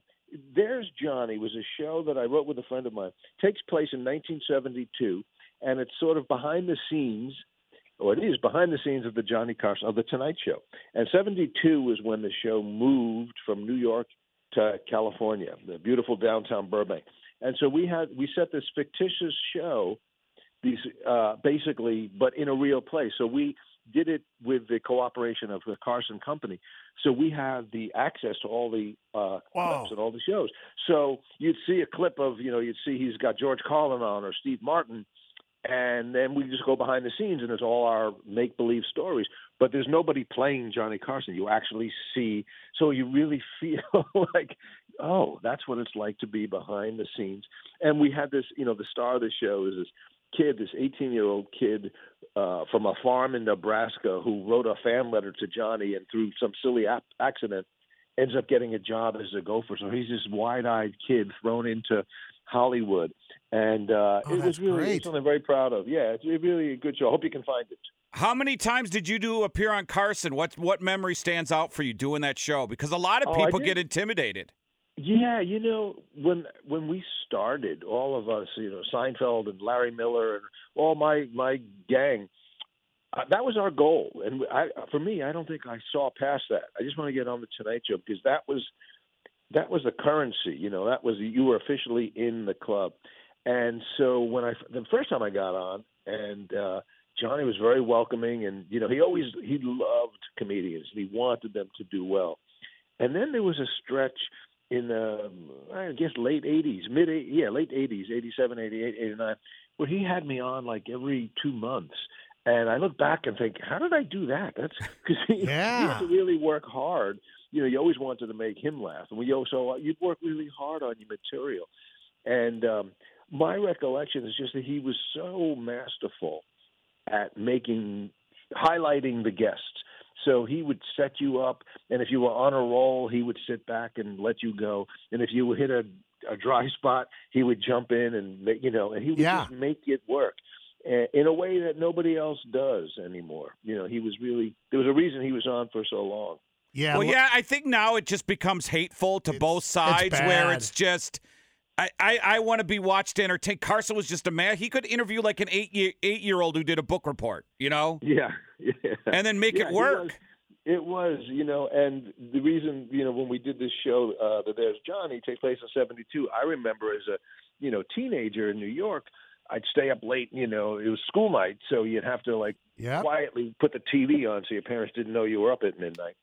L: there's Johnny was a show that I wrote with a friend of mine. takes place in 1972, and it's sort of behind the scenes, or it is behind the scenes of the Johnny Carson of the Tonight Show. And 72 was when the show moved from New York to California, the beautiful downtown Burbank. And so we had we set this fictitious show these uh, basically, but in a real place. So we did it with the cooperation of the Carson Company. So we have the access to all the uh,
F: Wow.
L: clips and all the shows. So you'd see a clip of, you know, you'd see he's got George Carlin on or Steve Martin, and then we just go behind the scenes and it's all our make believe stories. But there's nobody playing Johnny Carson. You actually see, so you really feel like, oh, that's what it's like to be behind the scenes. And we had this, you know, the star of the show is this kid, this 18 year old kid uh, from a farm in Nebraska who wrote a fan letter to Johnny and through some silly ap- accident ends up getting a job as a gopher. So he's this wide eyed kid thrown into Hollywood. And uh, it was really
D: great.
L: it's something I'm very proud of. Yeah, it's really a good show. I hope you can find it.
D: How many times did you do appear on Carson? What what memory stands out for you doing that show? Because a lot of
L: Oh, I
D: people
L: did-
D: get intimidated.
L: Yeah, you know, when when we started, all of us, you know, Seinfeld and Larry Miller and all my my gang, uh, that was our goal. And I, for me, I don't think I saw past that. I just want to get on the Tonight Show because that was that was the currency. You know, that was you were officially in the club. And so when I the first time I got on, and uh, Johnny was very welcoming, and you know, he always he loved comedians and he wanted them to do well. And then there was a stretch in the um, I guess late 80s, mid yeah, late 80s, 87, 88, 89, where he had me on like every 2 months. And I look back and think, how did I do that? That's cuz he, you have to really work hard. You know, you always wanted to make him laugh. And we also you'd work really hard on your material. And um my recollection is just that he was so masterful at making highlighting the guests. So he would set you up, and if you were on a roll, he would sit back and let you go. And if you hit a, a dry spot, he would jump in and ma- you know, and he would
F: Yeah.
L: just make it work uh, in a way that nobody else does anymore. You know, he was really there was a reason he was on for so long.
F: Yeah.
D: Well, yeah, I think now it just becomes hateful to both sides where
L: bad.
D: it's just I, I, I want to be watched entertained. Carson was just a man. He could interview like an eight year eight year old who did a book report, you know?
L: Yeah. yeah.
D: And then make
L: Yeah,
D: it work.
L: was- it was, you know, and the reason, you know, when we did this show, uh, that there's Johnny takes place in '72. I remember as a, you know, teenager in New York, I'd stay up late. You know, it was school night, so you'd have to like
F: Yeah.
L: quietly put the TV on so your parents didn't know you were up at midnight.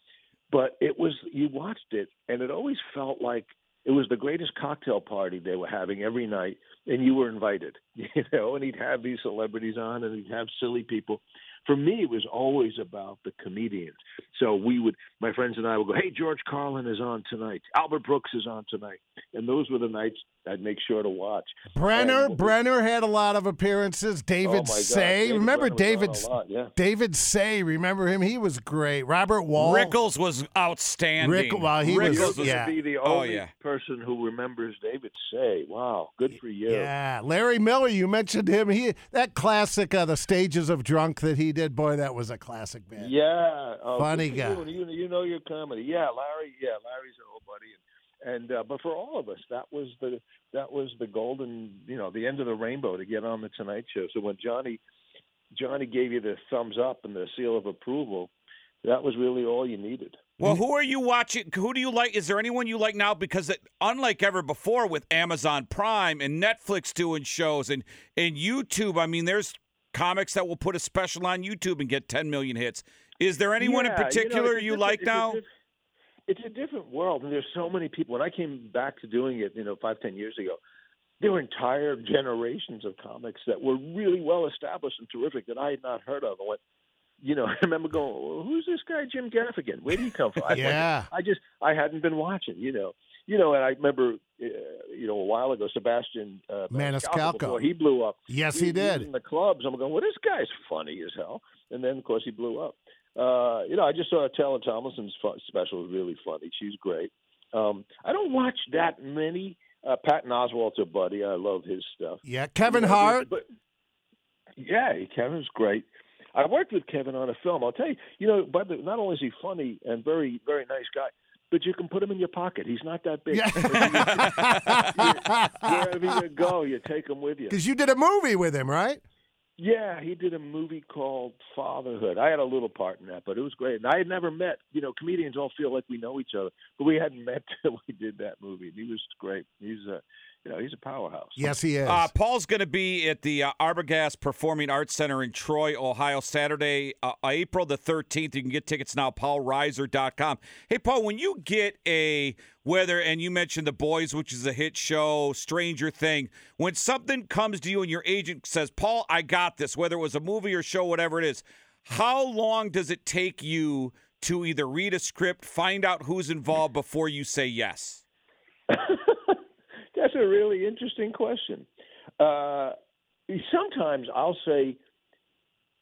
L: But it was you watched it, and it always felt like it was the greatest cocktail party they were having every night, and you were invited. You know, and he'd have these celebrities on, and he'd have silly people. for me, it was always about the comedians. So we would, my friends and I would go, hey, George Carlin is on tonight. Albert Brooks is on tonight. And those were the nights I'd make sure to watch.
F: Brenner Brenner had a lot of appearances. David
L: Oh, my God,
F: Say,
L: David
F: remember
L: Brenner
F: David?
L: was on a lot, yeah.
F: David Say, remember him? He was great. Robert Wall.
D: Rickles was outstanding.
F: Rick- well, he was-
D: Rickles
F: yeah.
L: Be the
D: Oh,
L: only
D: yeah.
L: person who remembers David Say. Wow, good for you.
F: Yeah, Larry Miller. You mentioned him. He that classic, uh, the Stages of Drunk that he did. Boy, that was a classic bit.
L: Yeah, oh,
F: Funny
L: good for
F: guy.
L: You, you, you know your comedy. Yeah, Larry. Yeah, Larry's an old buddy. And, and uh, but for all of us, that was the that was the golden, you know, the end of the rainbow to get on the Tonight Show. So when Johnny Johnny gave you the thumbs up and the seal of approval, that was really all you needed.
D: Well, who are you watching? Who do you like? Is there anyone you like now? Because it, unlike ever before, with Amazon Prime and Netflix doing shows and and YouTube, I mean, there's comics that will put a special on YouTube and get 10 million hits. Is there anyone in
L: Yeah, know,
D: particular
L: it's a
D: you,
L: different-
D: like
L: it's a
D: now?
L: diff- It's a different world, and there's so many people. When I came back to doing it, you know, five, ten years ago, there were entire generations of comics that were really well established and terrific that I had not heard of. And went, you know, I remember going, well, "Who's this guy, Jim Gaffigan? Where did he come from?" I-
F: Yeah.
L: I just, I hadn't been watching, you know, you know, and I remember, uh, you know, a while ago, Sebastian uh,
F: Maniscalco.
L: before he blew up.
F: Yes, he did.
L: was in the clubs. I'm going, well, this guy's funny as hell. And then, of course, he blew up. Uh, you know, I just saw Taylor Tomlinson's fu- special was really funny. She's great. Um, I don't watch that many. Uh, Patton Oswalt's a buddy. I love his stuff.
F: Yeah, Kevin
L: You know,
F: Hart.
L: But, yeah, Kevin's great. I worked with Kevin on a film. I'll tell you. You know, by the, not only is he funny and very, very nice guy, but you can put him in your pocket. He's not that big. Wherever you go, you take him with you.
F: Because you did a movie with him, right?
L: Yeah, he did a movie called Fatherhood. I had a little part in that, but it was great. And I had never met, you know, comedians all feel like we know each other, but we hadn't met till we did that movie. And he was great. He's a, you know, he's a powerhouse.
F: Yes, he is.
D: Uh, Paul's going to be at the uh, Arbogast Performing Arts Center in Troy, Ohio, Saturday, uh, April the 13th. You can get tickets now, paulreiser.com. Hey, Paul, when you get a weather, and you mentioned The Boys, which is a hit show, Stranger Thing, when something comes to you and your agent says, Paul, I got this, whether it was a movie or show, whatever it is, how long does it take you to either read a script, find out who's involved before you say yes?
L: That's a really interesting question. Uh, sometimes I'll say,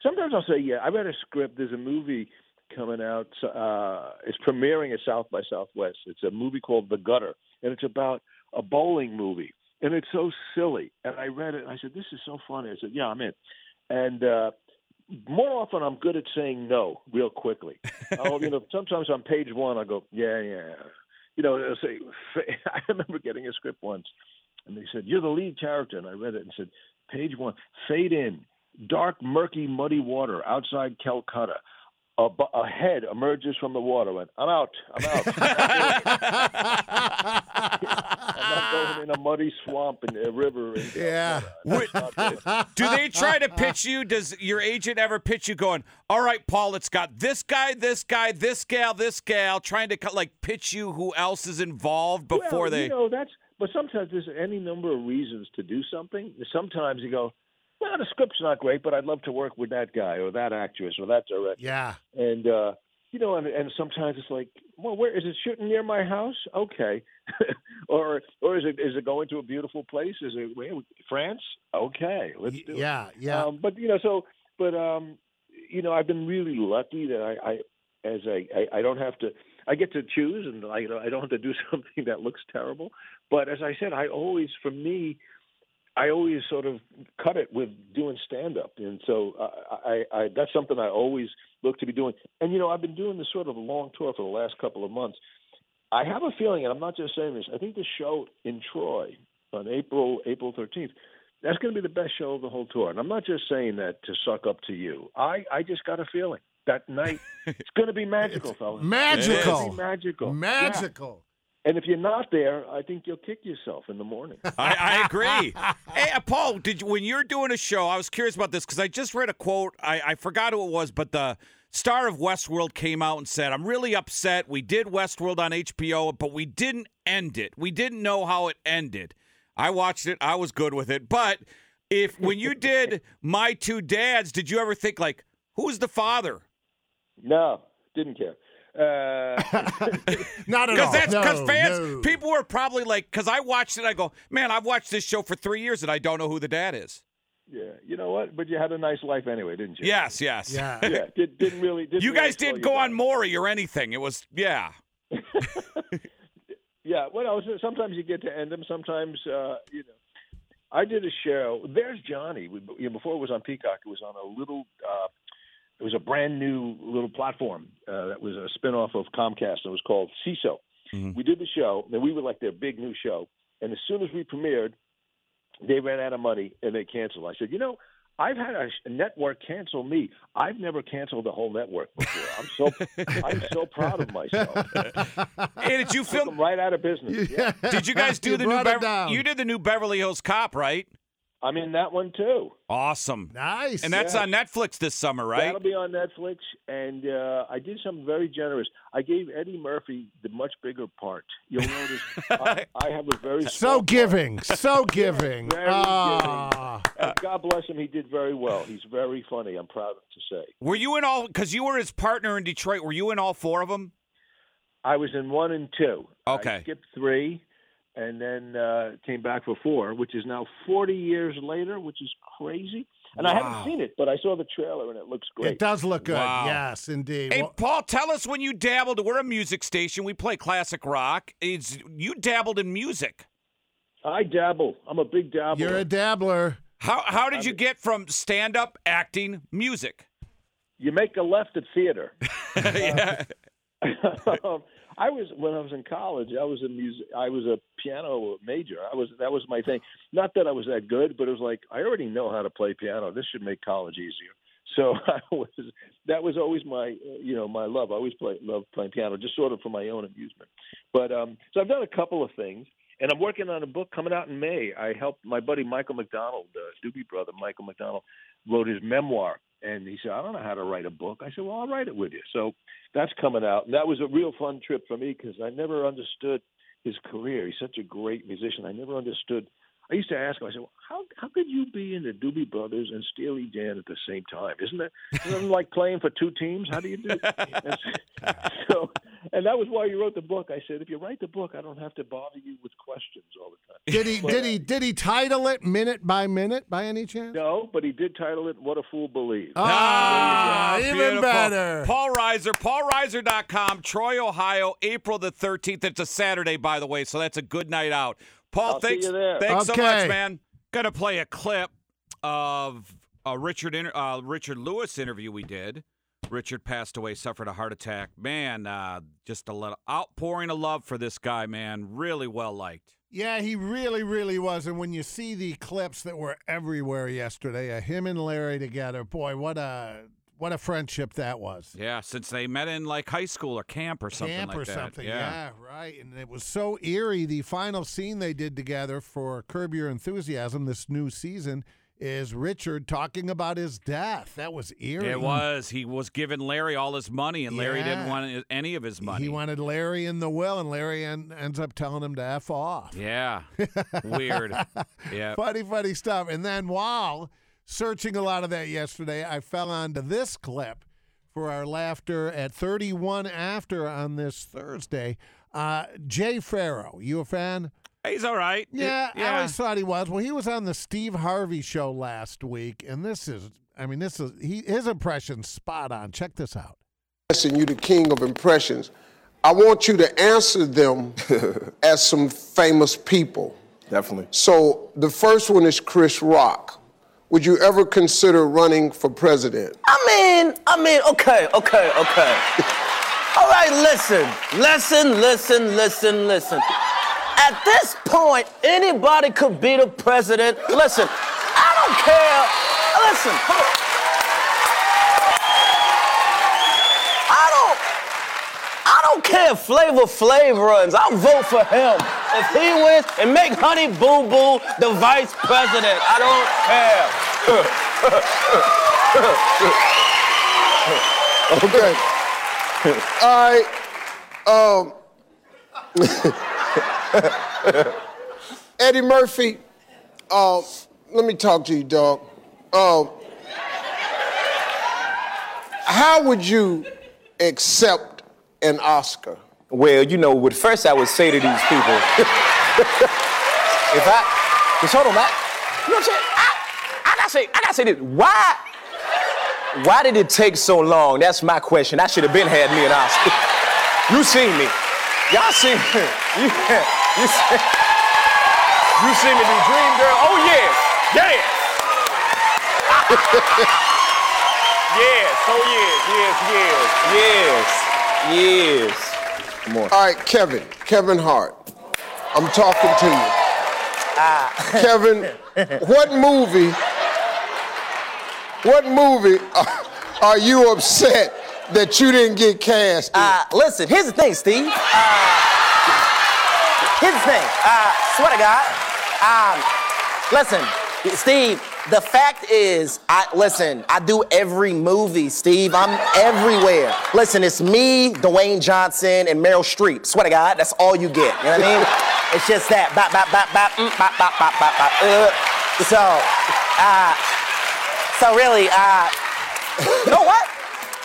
L: sometimes I'll say, yeah, I read a script. There's a movie coming out. Uh, it's premiering at South by Southwest. It's a movie called The Gutter, and it's about a bowling movie. And it's so silly. And I read it, and I said, this is so funny. I said, yeah, I'm in. And uh, more often, I'm good at saying no real quickly. oh, you know, sometimes on page one, I go, yeah, yeah. You know, they'll say, I remember getting a script once, and they said, you're the lead character. And I read it and said, page one, fade in, dark, murky, muddy water outside Calcutta. A, bu- a head emerges from the water. I went, I'm out. I'm out. I'm not going in a muddy swamp and a river. And, yeah.
D: Do they try to pitch you? Does your agent ever pitch you going, all right, Paul, it's got this guy, this guy, this gal, this gal, trying to cut, like pitch you who else is involved before
L: well,
D: they.
L: You know, that's. But sometimes there's any number of reasons to do something. Sometimes you go, well, the script's not great, but I'd love to work with that guy or that actress or that director.
F: Yeah.
L: And uh, you know, and, and sometimes it's like, well, where is it shooting near my house? Okay, or or is it is it going to a beautiful place? Is it where, France? Okay, let's do it.
F: yeah, yeah.
L: Um, but you know, so but um, you know, I've been really lucky that I, I as I, I I don't have to. I get to choose, and I you know, I don't have to do something that looks terrible. But as I said, I always, for me, I always sort of cut it with doing stand up, and so uh, I, I, I that's something I always look to be doing. And you know, I've been doing this sort of a long tour for the last couple of months. I have a feeling, and I'm not just saying this. I think the show in Troy on April April 13th, that's going to be the best show of the whole tour. And I'm not just saying that to suck up to you. I I just got a feeling that night it's going to be magical, fellas. It's
F: magical.
L: gonna be magical, Yeah.
F: Magical.
L: And if you're not there, I think you'll kick yourself in the morning.
D: I, I agree. hey, uh, Paul, did you, when you're doing a show, I was curious about this because I just read a quote. I, I forgot who it was, but the star of Westworld came out and said, "I'm really upset. We did Westworld on HBO, but we didn't end it. We didn't know how it ended. I watched it. I was good with it, but if when you did My Two Dads, did you ever think like?" Who's the father?
L: No, didn't care. Uh,
F: Not
D: Because that's because fans, people were probably like, because I watched it, I go, man, I've watched this show for three years and I don't know who the dad is.
L: Yeah, you know what? But you had a nice life anyway, didn't you?
D: Yes, yes. Yeah.
L: yeah. Did, didn't really. Didn't
D: you
L: really
D: guys
L: slow
D: didn't go on Maury or anything. It was, yeah.
L: Yeah, well, no, so- sometimes you get to end them. Sometimes, uh, you know, I did a show. There's Johnny. We, you know, before it was on Peacock, it was on a little. Uh, it was a brand new little platform uh, that was a spinoff of Comcast. And it was called CISO. We did the show, and we were like their big new show. And as soon as we premiered, they ran out of money and they canceled. I said, you know. I've had a sh- a network cancel me. I've never canceled a whole network before. I'm so I'm so proud of myself.
D: Hey, did you film
L: right out of business? Yeah.
D: Did you guys do the new Beverly? You did the new Beverly Hills Cop, right?
L: I'm in that one too.
D: Awesome.
F: Nice.
D: And that's
L: Yeah.
D: on Netflix this summer, right?
L: That'll be on Netflix. And uh, I did something very generous. I gave Eddie Murphy the much bigger part. You'll notice I, I have a very
F: So giving, so giving.
L: Very
F: Ah.
L: giving. God bless him. He did very well. He's very funny. I'm proud to say.
D: Were you in all? Because you were his partner in Detroit. Were you in all four of them?
L: I was in one and two.
D: Okay.
L: I skipped three, and then uh, came back for four, which is now 40 years later, which is crazy. And I
F: Wow.
L: haven't seen it, but I saw the trailer and it looks great.
F: It does look good.
D: Wow.
F: Yes, indeed.
D: Hey,
F: Well,
D: Paul, tell us when you dabbled. We're a music station. We play classic rock. Is you dabbled in music?
L: I dabble. I'm a big dabbler.
F: you're a dabbler.
D: How how did you get from stand up, acting, music?
L: You make a left at theater.
D: yeah.
L: um, I was when I was in college. I was a music. I was a piano major. I was that was my thing. Not that I was that good, but it was like I already know how to play piano. This should make college easier. So I was. That was always my uh, you know my love. I always play loved playing piano, just sort of for my own amusement. But um, so I've done a couple of things, and I'm working on a book coming out in May. I helped my buddy Michael McDonald, uh, Doobie brother Michael McDonald, wrote his memoir. And he said, I don't know how to write a book. I said, Well, I'll write it with you. So that's coming out. And that was a real fun trip for me because I never understood his career. He's such a great musician. I never understood. I used to ask him, I said, well, how, how could you be in the Doobie Brothers and Steely Dan at the same time? Isn't that isn't it like playing for two teams? How do you do it? And so, and that was why you wrote the book. I said, if you write the book, I don't have to bother you with questions all the time.
F: Did he? Did he? Did he title it minute by minute by any chance?
L: No, but he did title it "What a Fool Believes."
F: Ah,
D: There you go.
F: even better.
D: Paul Reiser, paulreiser.com, Troy, Ohio, April the 13th. It's a Saturday, by the way, so that's a good night out. Paul,
L: I'll see
D: thanks,
L: you there.
D: thanks so much,
L: Okay.
D: man. Gonna play a clip of a Richard inter- uh, Richard Lewis interview we did. Richard passed away, suffered a heart attack. Man, uh, just a lot of outpouring of love for this guy, man. Really well liked.
F: Yeah, he really, really was. And when you see the clips that were everywhere yesterday of him and Larry together, boy, what a what a friendship that was.
D: Yeah, since they met in like high school or camp or something
F: Camp
D: like
F: or
D: that.
F: something, yeah. right. And it was so eerie. The final scene they did together for Curb Your Enthusiasm this new season is Richard talking about his death. That was eerie.
D: It was. He was giving Larry all his money, and Larry didn't
F: Yeah.
D: want any of his money.
F: He wanted Larry in the will, and Larry en- ends up telling him to f off.
D: yeah. Weird. Yeah.
F: Funny, funny stuff. And then while searching a lot of that yesterday, I fell onto this clip for our laughter at 31 after on this Thursday. Uh, Jay Farrow, you a fan?
D: He's all right.
F: Yeah,
D: Yeah.
F: I always thought he was. Well, he was on the Steve Harvey show last week, and this is, I mean, this is he, his impression spot on. Check this out.
M: Listen, you the king of impressions. I want you to answer them as some famous people.
N: Definitely.
M: So the first one is Chris Rock. Would you ever consider running for president?
O: I mean, I mean, okay, okay, okay. All right, listen, listen, listen, listen, listen. At this point, anybody could be the president. Listen, I don't care. Listen, hold on. I don't. I don't care if Flavor Flav runs. I'll vote for him if he wins and make Honey Boo Boo the vice president. I don't care.
M: Okay. All right. Um, Eddie Murphy, Um, uh, let me talk to you, dog. Um, how would you accept an Oscar?
N: Well, you know, what first I would say to these people, if I, just hold on, I, you know what I'm saying? I, I gotta say, I gotta say this. Why, why did it take so long? That's my question. I should have been had me an Oscar. you seen me. Y'all seen me. You, you, seen, you seen me do Dream Girl. Oh, yes. Yes. yes. Oh, yes. Yes, yes, yes. Yes.
M: All right, Kevin. Kevin Hart. I'm talking to you. Kevin, what movie? What movie are- are you upset that you didn't get cast? in?
O: Uh, listen, here's the thing, Steve. Uh, here's the thing. Uh, swear to God. Um, listen, Steve. The fact is, I listen. I do every movie, Steve. I'm everywhere. Listen, it's me, Dwayne Johnson, and Meryl Streep. Swear to God, that's all you get. You know what I mean? it's just that. Bop, bop, bop, bop, mm, bop, bop, bop, bop, bop. Uh, so, uh, so really, uh, you know what?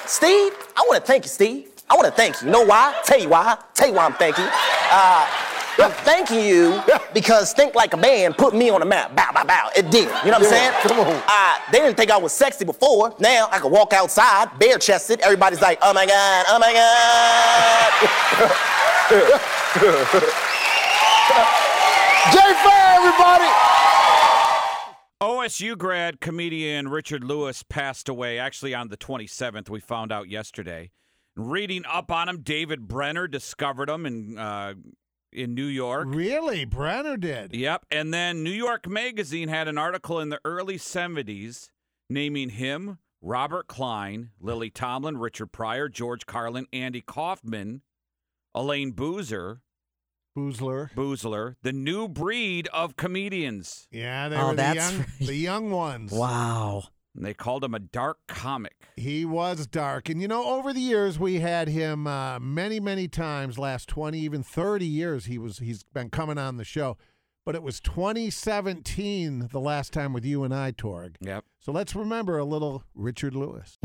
O: Steve, I want to thank you, Steve. I want to thank you. You know why? Tell you why. Tell you why I'm thanking you. Uh, I'm thanking you because Think Like a Man put me on the map. Bow, bow, bow. It did. You know what I'm saying? Come on. Uh, they didn't think I was sexy before. Now I can walk outside, bare chested. Everybody's like, oh my God, oh my God.
M: J Fair, everybody.
D: OSU grad comedian Richard Lewis passed away actually on the 27th. We found out yesterday. Reading up on him, David Brenner discovered him in uh, in New York.
F: Really? Brenner did.
D: Yep. And then New York Magazine had an article in the early 70s naming him, Robert Klein, Lily Tomlin, Richard Pryor, George Carlin, Andy Kaufman, Elaine Boozer,
F: Boozler.
D: Boozler, the new breed of comedians.
F: Yeah, they
D: Oh,
F: were the
D: that's
F: young, the young ones.
D: And they called him a dark comic.
F: He was dark. And you know, over the years we had him uh, many, many times last 20, even 30 years he was he's been coming on the show. But it was 2017 the last time with you and I, Torg.
D: Yep.
F: So let's remember a little Richard Lewis.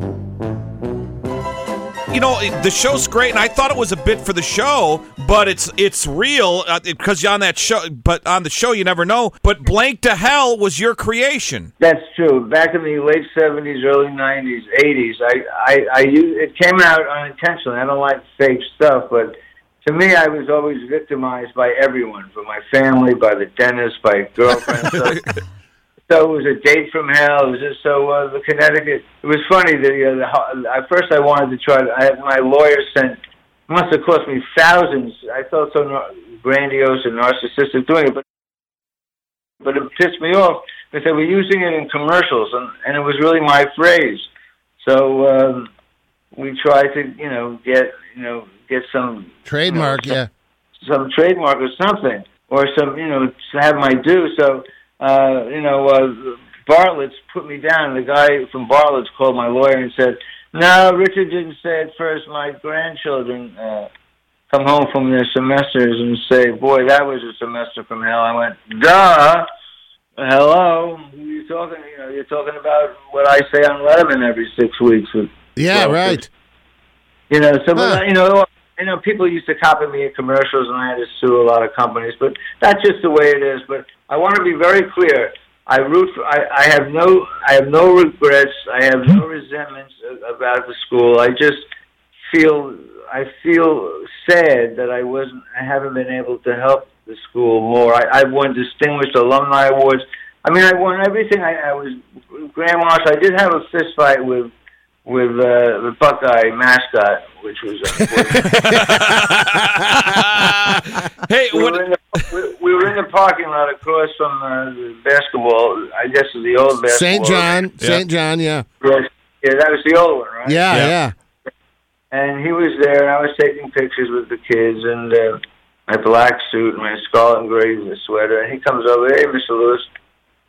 P: You know, it- the show's great, and I thought it was a bit for the show, but it's it's real uh, because on that show, but on the show you never know. But blank to hell was your creation.
C: That's true. Back in the late seventies, early nineties, eighties, I, I, I u- it came out unintentionally. I don't like fake stuff, but to me, I was always victimized by everyone, from my family, by the dentist, by girlfriends. so, so it was a date from hell. It was just so uh, the Connecticut. It was funny that you know, the, ho- at first I wanted to try. To, I, my lawyer sent it must have cost me thousands. I uh, felt so nar- grandiose and narcissistic doing it, but but it pissed me off. They said we're using it in commercials, and, and it was really my phrase. So um, we tried to, you know, get you know get some
F: Trademark, yeah.
C: some trademark or something, or some, you know, to have my due. So, uh, you know, uh, Bartlett's put me down. The guy from Bartlett's called my lawyer and said, "No, Richard didn't say it first. My grandchildren uh, come home from their semesters and say, boy, that was a semester from hell.'" I went, "Duh." Hello, who you talking? You know, you're talking about what I say on Letterman every six weeks. With,
F: Yeah, right.
C: you know, so but, you know, you know, people used to copy me in commercials, and I had to sue a lot of companies. But that's just the way it is. But I want to be very clear. I root. For, I, I have no. I have no regrets. I have no resentments a- about the school. I just feel. I feel sad that I wasn't. I haven't been able to help the school more. I, I've won distinguished alumni awards. I mean, I won everything. I, I was Grand Marshal. I did have a fist fight with with uh, the Buckeye mascot, which was
P: hey,
C: we, were in the, we, we were in the parking lot across from uh, the basketball. I guess is the old basketball.
F: St. John. St. John, yeah.
C: Yes. Yeah, that was the old one, right?
F: Yeah, yeah.
C: And he was there, and I was taking pictures with the kids, and uh, my black suit, and my scarlet and gray sweater. And he comes over, hey, Mr. Lewis,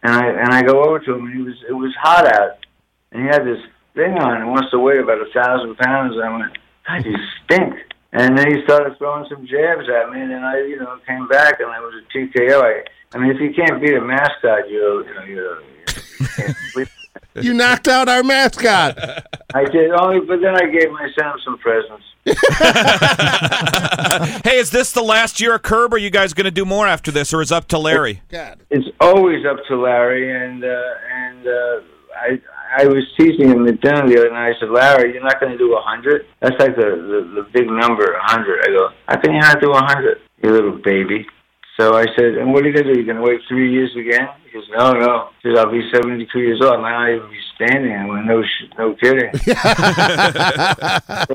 C: and I and I go over to him, and he was it was hot out, and he had this thing on. It must have weighed about a thousand pounds. And I went, God, you stink. And then he started throwing some jabs at me, and then I, you know, came back, and I was a TKO. I, I mean, if you can't beat a mascot, you're, you know, you're, you're
F: You knocked out our mascot.
C: I did only, but then I gave my son some presents.
P: hey, is this the last year of Curb? Are you guys going to do more after this, or is up to Larry?
C: It's always up to Larry, and uh, and uh, I I was teasing him at dinner the other night. I said, Larry, you're not going to do a hundred. That's like the, the the big number, a hundred. I go, how can you not do a hundred, you little baby? So I said, and what are you going to do? You going to wait three years again? He goes, no, no. He says, I'll be 72 years old. and I'll even be standing. I went, no, sh- no kidding. so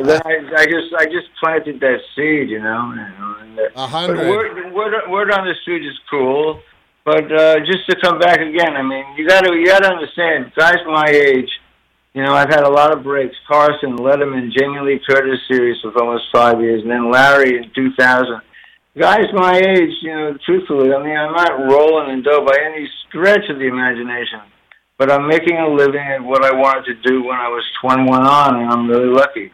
C: then I, I just I just planted that seed, you know. And, uh,
F: A
C: but Word, word, word on the street is cool, but uh, just to come back again, I mean, you got to you got to understand, guys my age. You know, I've had a lot of breaks. Carson, Letterman, Jamie Lee Curtis series for almost five years, and then Larry in 2000. Guys my age, you know, truthfully, I mean, I'm not rolling in dough by any stretch of the imagination, but I'm making a living at what I wanted to do when I was 21 on, and I'm really lucky.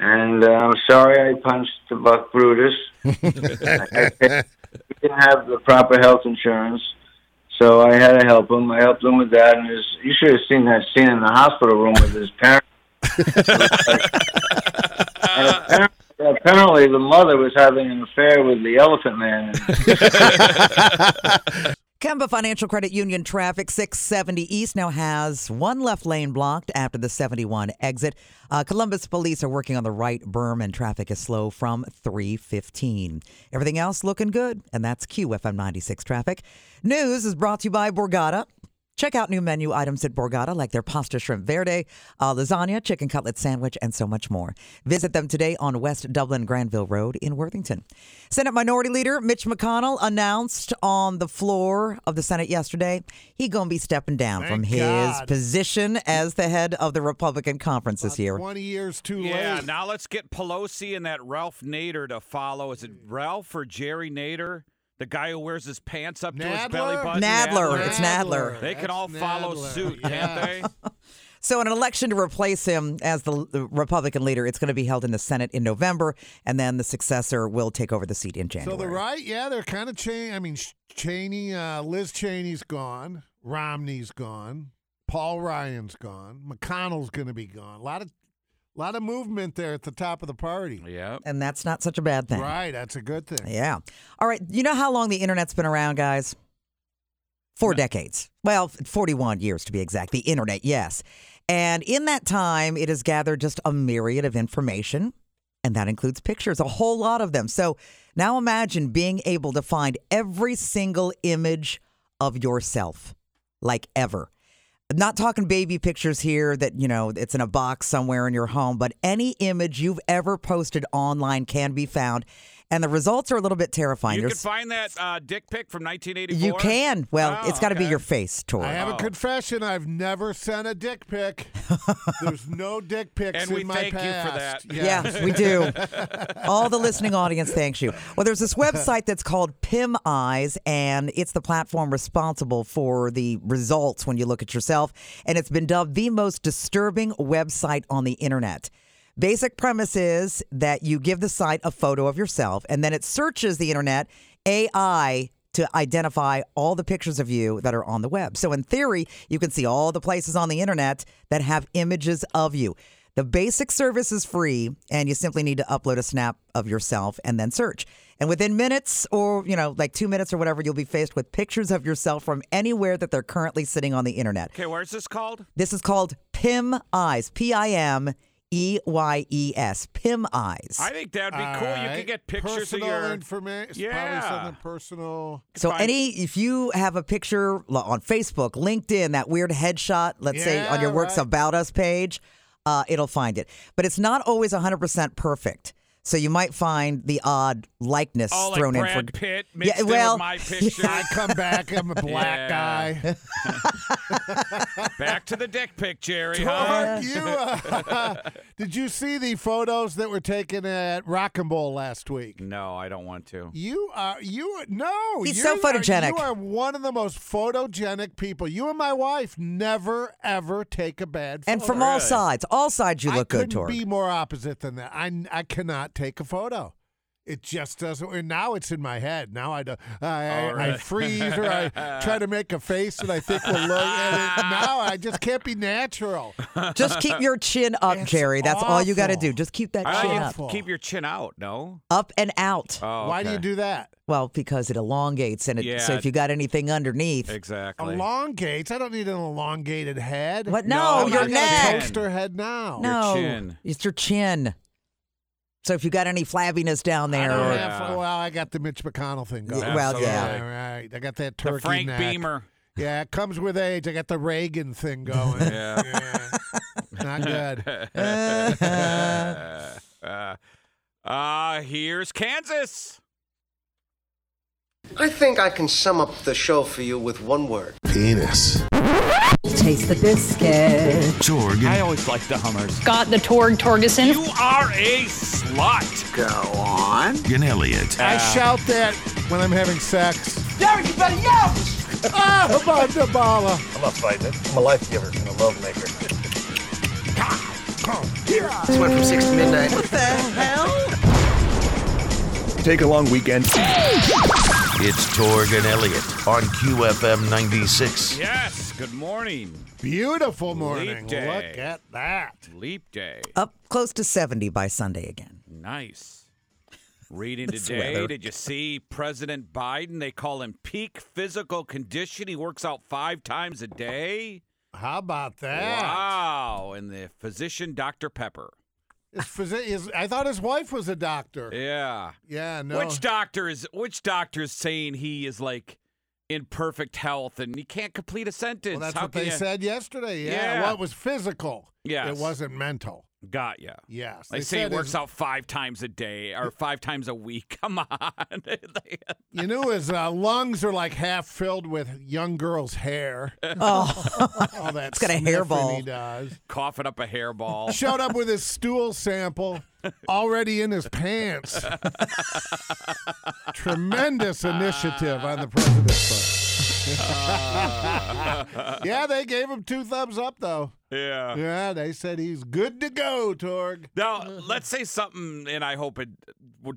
C: And uh, I'm sorry I punched the Buck Brutus. I, I didn't have the proper health insurance, so I had to help him. I helped him with that, and his, you should have seen that scene in the hospital room with his parents. and apparently, apparently, the mother was having an affair with the elephant man.
I: Kemba Financial Credit Union traffic 670 East now has one left lane blocked after the 71 exit. Uh, Columbus police are working on the right berm and traffic is slow from 315. Everything else looking good, and that's QFM 96 traffic. News is brought to you by Borgata. Check out new menu items at Borgata like their pasta shrimp verde, uh, lasagna, chicken cutlet sandwich, and so much more. Visit them today on West Dublin Granville Road in Worthington. Senate Minority Leader Mitch McConnell announced on the floor of the Senate yesterday he gonna be stepping down from his
F: God.
I: position as the head of the Republican conference this year.
F: 20 years too
D: Yeah,
F: late.
D: now let's get Pelosi and that Ralph Nader to follow. Is it Ralph or Jerry Nader? The guy who wears his pants up to his belly
I: Nadler?
D: button.
I: Nadler, it's Nadler.
D: They can all follow suit, can't they?
I: So, in an election to replace him as the, the Republican leader, it's going to be held in the Senate in November, and then the successor will take over the seat in
F: So
I: January.
F: the right, yeah, they're kind of Cheney. I mean, Sh- Cheney, uh, Liz Cheney's gone, Romney's gone, Paul Ryan's gone, McConnell's going to be gone. A lot of, lot of movement there at the top of the party.
D: Yeah,
I: and that's not such a bad thing.
F: right. That's a good thing.
I: Yeah. All right. You know how long the internet's been around, guys? Four decades. Well, 41 years to be exact. The internet, yes. And in that time, it has gathered just a myriad of information, and that includes pictures, a whole lot of them. So now imagine being able to find every single image of yourself, like ever. I'm not talking baby pictures here that, you know, it's in a box somewhere in your home, but any image you've ever posted online can be found. And the results are a little bit terrifying.
D: You can
I: There's-
D: find that uh, dick pic from 1984.
I: you can. Well, it's got to be your face, Tori.
F: I have
D: Oh.
F: a confession. I've never sent a dick pic. There's no dick pics
D: And
F: in
D: we
F: my
D: thank you for
F: past.
D: that.
I: Yeah, we do. All the listening audience thanks you. Well, there's this website that's called Pim Eyes, and it's the platform responsible for the results when you look at yourself. And it's been dubbed the most disturbing website on the internet. Basic premise is that you give the site a photo of yourself, and then it searches the internet AI to identify all the pictures of you that are on the web. So, in theory, you can see all the places on the internet that have images of you. The basic service is free, and you simply need to upload a snap of yourself and then search. And within minutes, or you know, like two minutes or whatever, you'll be faced with pictures of yourself from anywhere that they're currently sitting on the internet.
D: Okay, where's this called?
I: This is called Pim Eyes. P I M E Y E S. Pim Eyes.
D: I think that'd be
F: All
D: cool. You
F: right.
D: could get pictures
F: Uh, personal
D: of your
F: information.
D: Yeah.
F: Probably something personal.
I: So any if you have a picture lo- on Facebook, LinkedIn, that weird headshot, let's say on your
F: Yeah,
I: works
F: right.
I: about us page, uh, it'll find it. But it's not always 100% perfect. So you might find the odd likeness
D: Oh, like
I: thrown in
D: Brad
I: for
D: Pitt mixed in with my picture.
F: I come back. I'm a black
D: Yeah.
F: guy.
D: Back to the dick pic, Jerry. huh?
F: Fuck you. Did you see the photos that were taken at Rock and Bowl last week?
D: no, I don't want to.
F: You are you are- no.
I: He's
F: you're-
I: so photogenic.
F: You are one of the most photogenic people. You and my wife never ever take a bad. Photo.
D: Oh,
I: And from all sides, all sides you look
F: I couldn't
I: good, Tori.
F: Be more opposite than that. I I cannot take a photo. It just doesn't. And now it's in my head. Now I do, I, I,
J: All
F: I
J: right.
F: freeze or I try to make a face that I think will look. And it, now I just can't be natural.
I: Just keep your chin up, Jerry. That's all you got to do. Just keep that
D: I
I: chin
D: think
I: up.
D: you keep your chin out. No.
I: Up and out.
D: Oh, Why do you okay. do
F: that?
I: Well, because it elongates, and it,
D: Yeah,
I: so if
D: it-
I: you got anything underneath,
D: Exactly.
F: Elongates. I don't need an elongated head.
I: But no,
F: I'm
I: your
F: not gonna
I: neck.
F: Toaster head now.
D: Oh,
I: no, it's your chin. So if you got any flabbiness down
F: I
I: there,
F: don't
I: or-
F: have- well, I got the Mitch McConnell thing going.
I: Yeah, well, yeah.
F: All right. I got that turkey
D: Frank
F: neck.
D: Beamer.
F: Yeah, it comes with age. I got the Reagan thing going.
D: Yeah.
F: Not good.
D: uh, uh, here's Kansas.
Q: I think I can sum up the show for you with one word.
H: Penis.
Q: Taste the biscuit.
H: Torg. I
D: always liked the Hummers.
R: Scott the Torg Torgeson.
D: You are a slut.
H: Go on. And Elliot.
F: I shout that when I'm having sex.
J: Derek, you better yell!
F: Ah, Mandabala.
J: I'm a fighter. I'm a life giver and a love maker.
Q: This went from 6 to midnight. What the hell?
H: Take a long weekend. It's Torg and Elliot on QFM 96.
D: Yes. Good morning.
F: uh, Beautiful
D: Leap day.
F: that.
D: Leap day.
I: up close to seventy by Sunday again.
D: Nice. Reading
I: This
D: today,
I: weather.
D: did you see President Biden? They call him peak physical condition. He works out five times a day.
F: How about that?
D: Wow. And the physician, Dr. Pepper.
F: His physi- his- I thought his wife was a doctor.
D: Yeah.
F: Yeah, no.
D: Which doctor is which doctor is saying he is like in perfect health and he can't complete a sentence?
F: Well, that's
D: How
F: what
D: can
F: they
D: you-
F: said yesterday. Yeah.
D: Yeah.
F: Well, it was physical.
D: Yes.
F: It wasn't mental.
D: Got ya.
F: Yes.
D: They,
F: They
D: say he
F: said his-
D: works out five times a day or five times a week. Come on.
F: You knew his uh, lungs are like half filled with young girls' hair.
D: Oh.
F: all that.
D: It's got a
F: sniffing
D: hairball.
F: He does.
D: Coughing up a hairball.
F: Showed up with his stool sample already in his pants. Tremendous initiative on the president's part. yeah, they gave him two thumbs up though.
D: Yeah.
F: Yeah, they said he's good to go, Torg.
D: Now, let's say something, and I hope it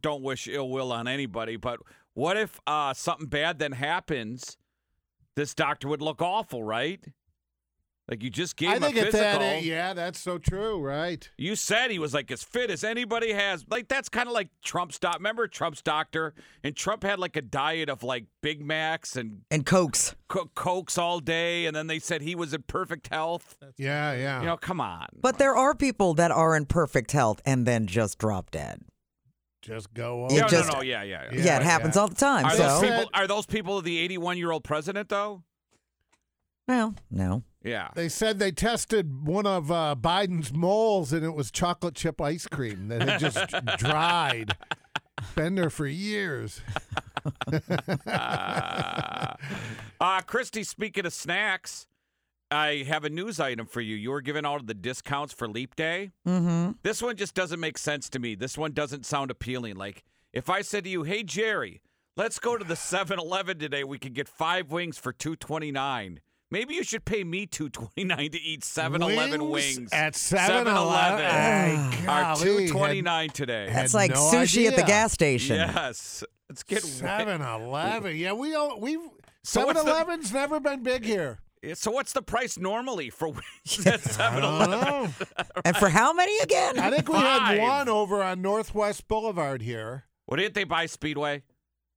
D: don't wish ill will on anybody, but what if uh, something bad then happens? This doctor would look awful, right? Like you just gave
F: I
D: him a
F: think at
D: physical.
F: that, eh, yeah, that's so true, right?
D: You said he was like as fit as anybody has. Like that's kind of like Trump's doc. Remember Trump's doctor? And Trump had like a diet of like Big Macs and
I: And Cokes.
D: co- cokes all day, and then they said he was in perfect health.
F: Yeah, yeah.
D: You know, come on.
I: But there are people that are in perfect health and then just drop dead.
F: Just go
I: It
F: on.
I: Yeah, no, just-
D: no, yeah, yeah, yeah.
I: Yeah, it happens all the time.
D: Are
I: so
D: those people? Are those people the eighty-one-year-old president though?
I: well, no.
D: Yeah.
F: They said they tested one of uh, Biden's moles and it was chocolate chip ice cream that had just dried. Been there for years.
D: Uh, Christy, speaking of snacks, I have a news item for you. You were given all of the discounts for Leap Day.
I: Mm-hmm.
D: This one just doesn't make sense to me. This one doesn't sound appealing. Like, if I said to you, hey, Jerry, let's go to the 7 Eleven today, we could get five wings for two twenty nine. Maybe you should pay me two twenty nine to eat 7 Eleven
F: Wings
D: wings.
F: at 7-Eleven?
D: 7-Eleven
F: Ay,
D: are
F: golly,
D: two twenty nine today.
I: Oh That's like sushi at the gas station.
D: Yes. Let's get
F: Seven Eleven. Yeah, we don't. We've
D: So
F: Seven
D: what's the-
F: Eleven's never been big here.
D: Yeah, So what's the price normally for wings at 7-Eleven?
I: And for how many again?
F: I think we
D: Five.
F: had one over on Northwest Boulevard here.
D: What didn't they buy Speedway?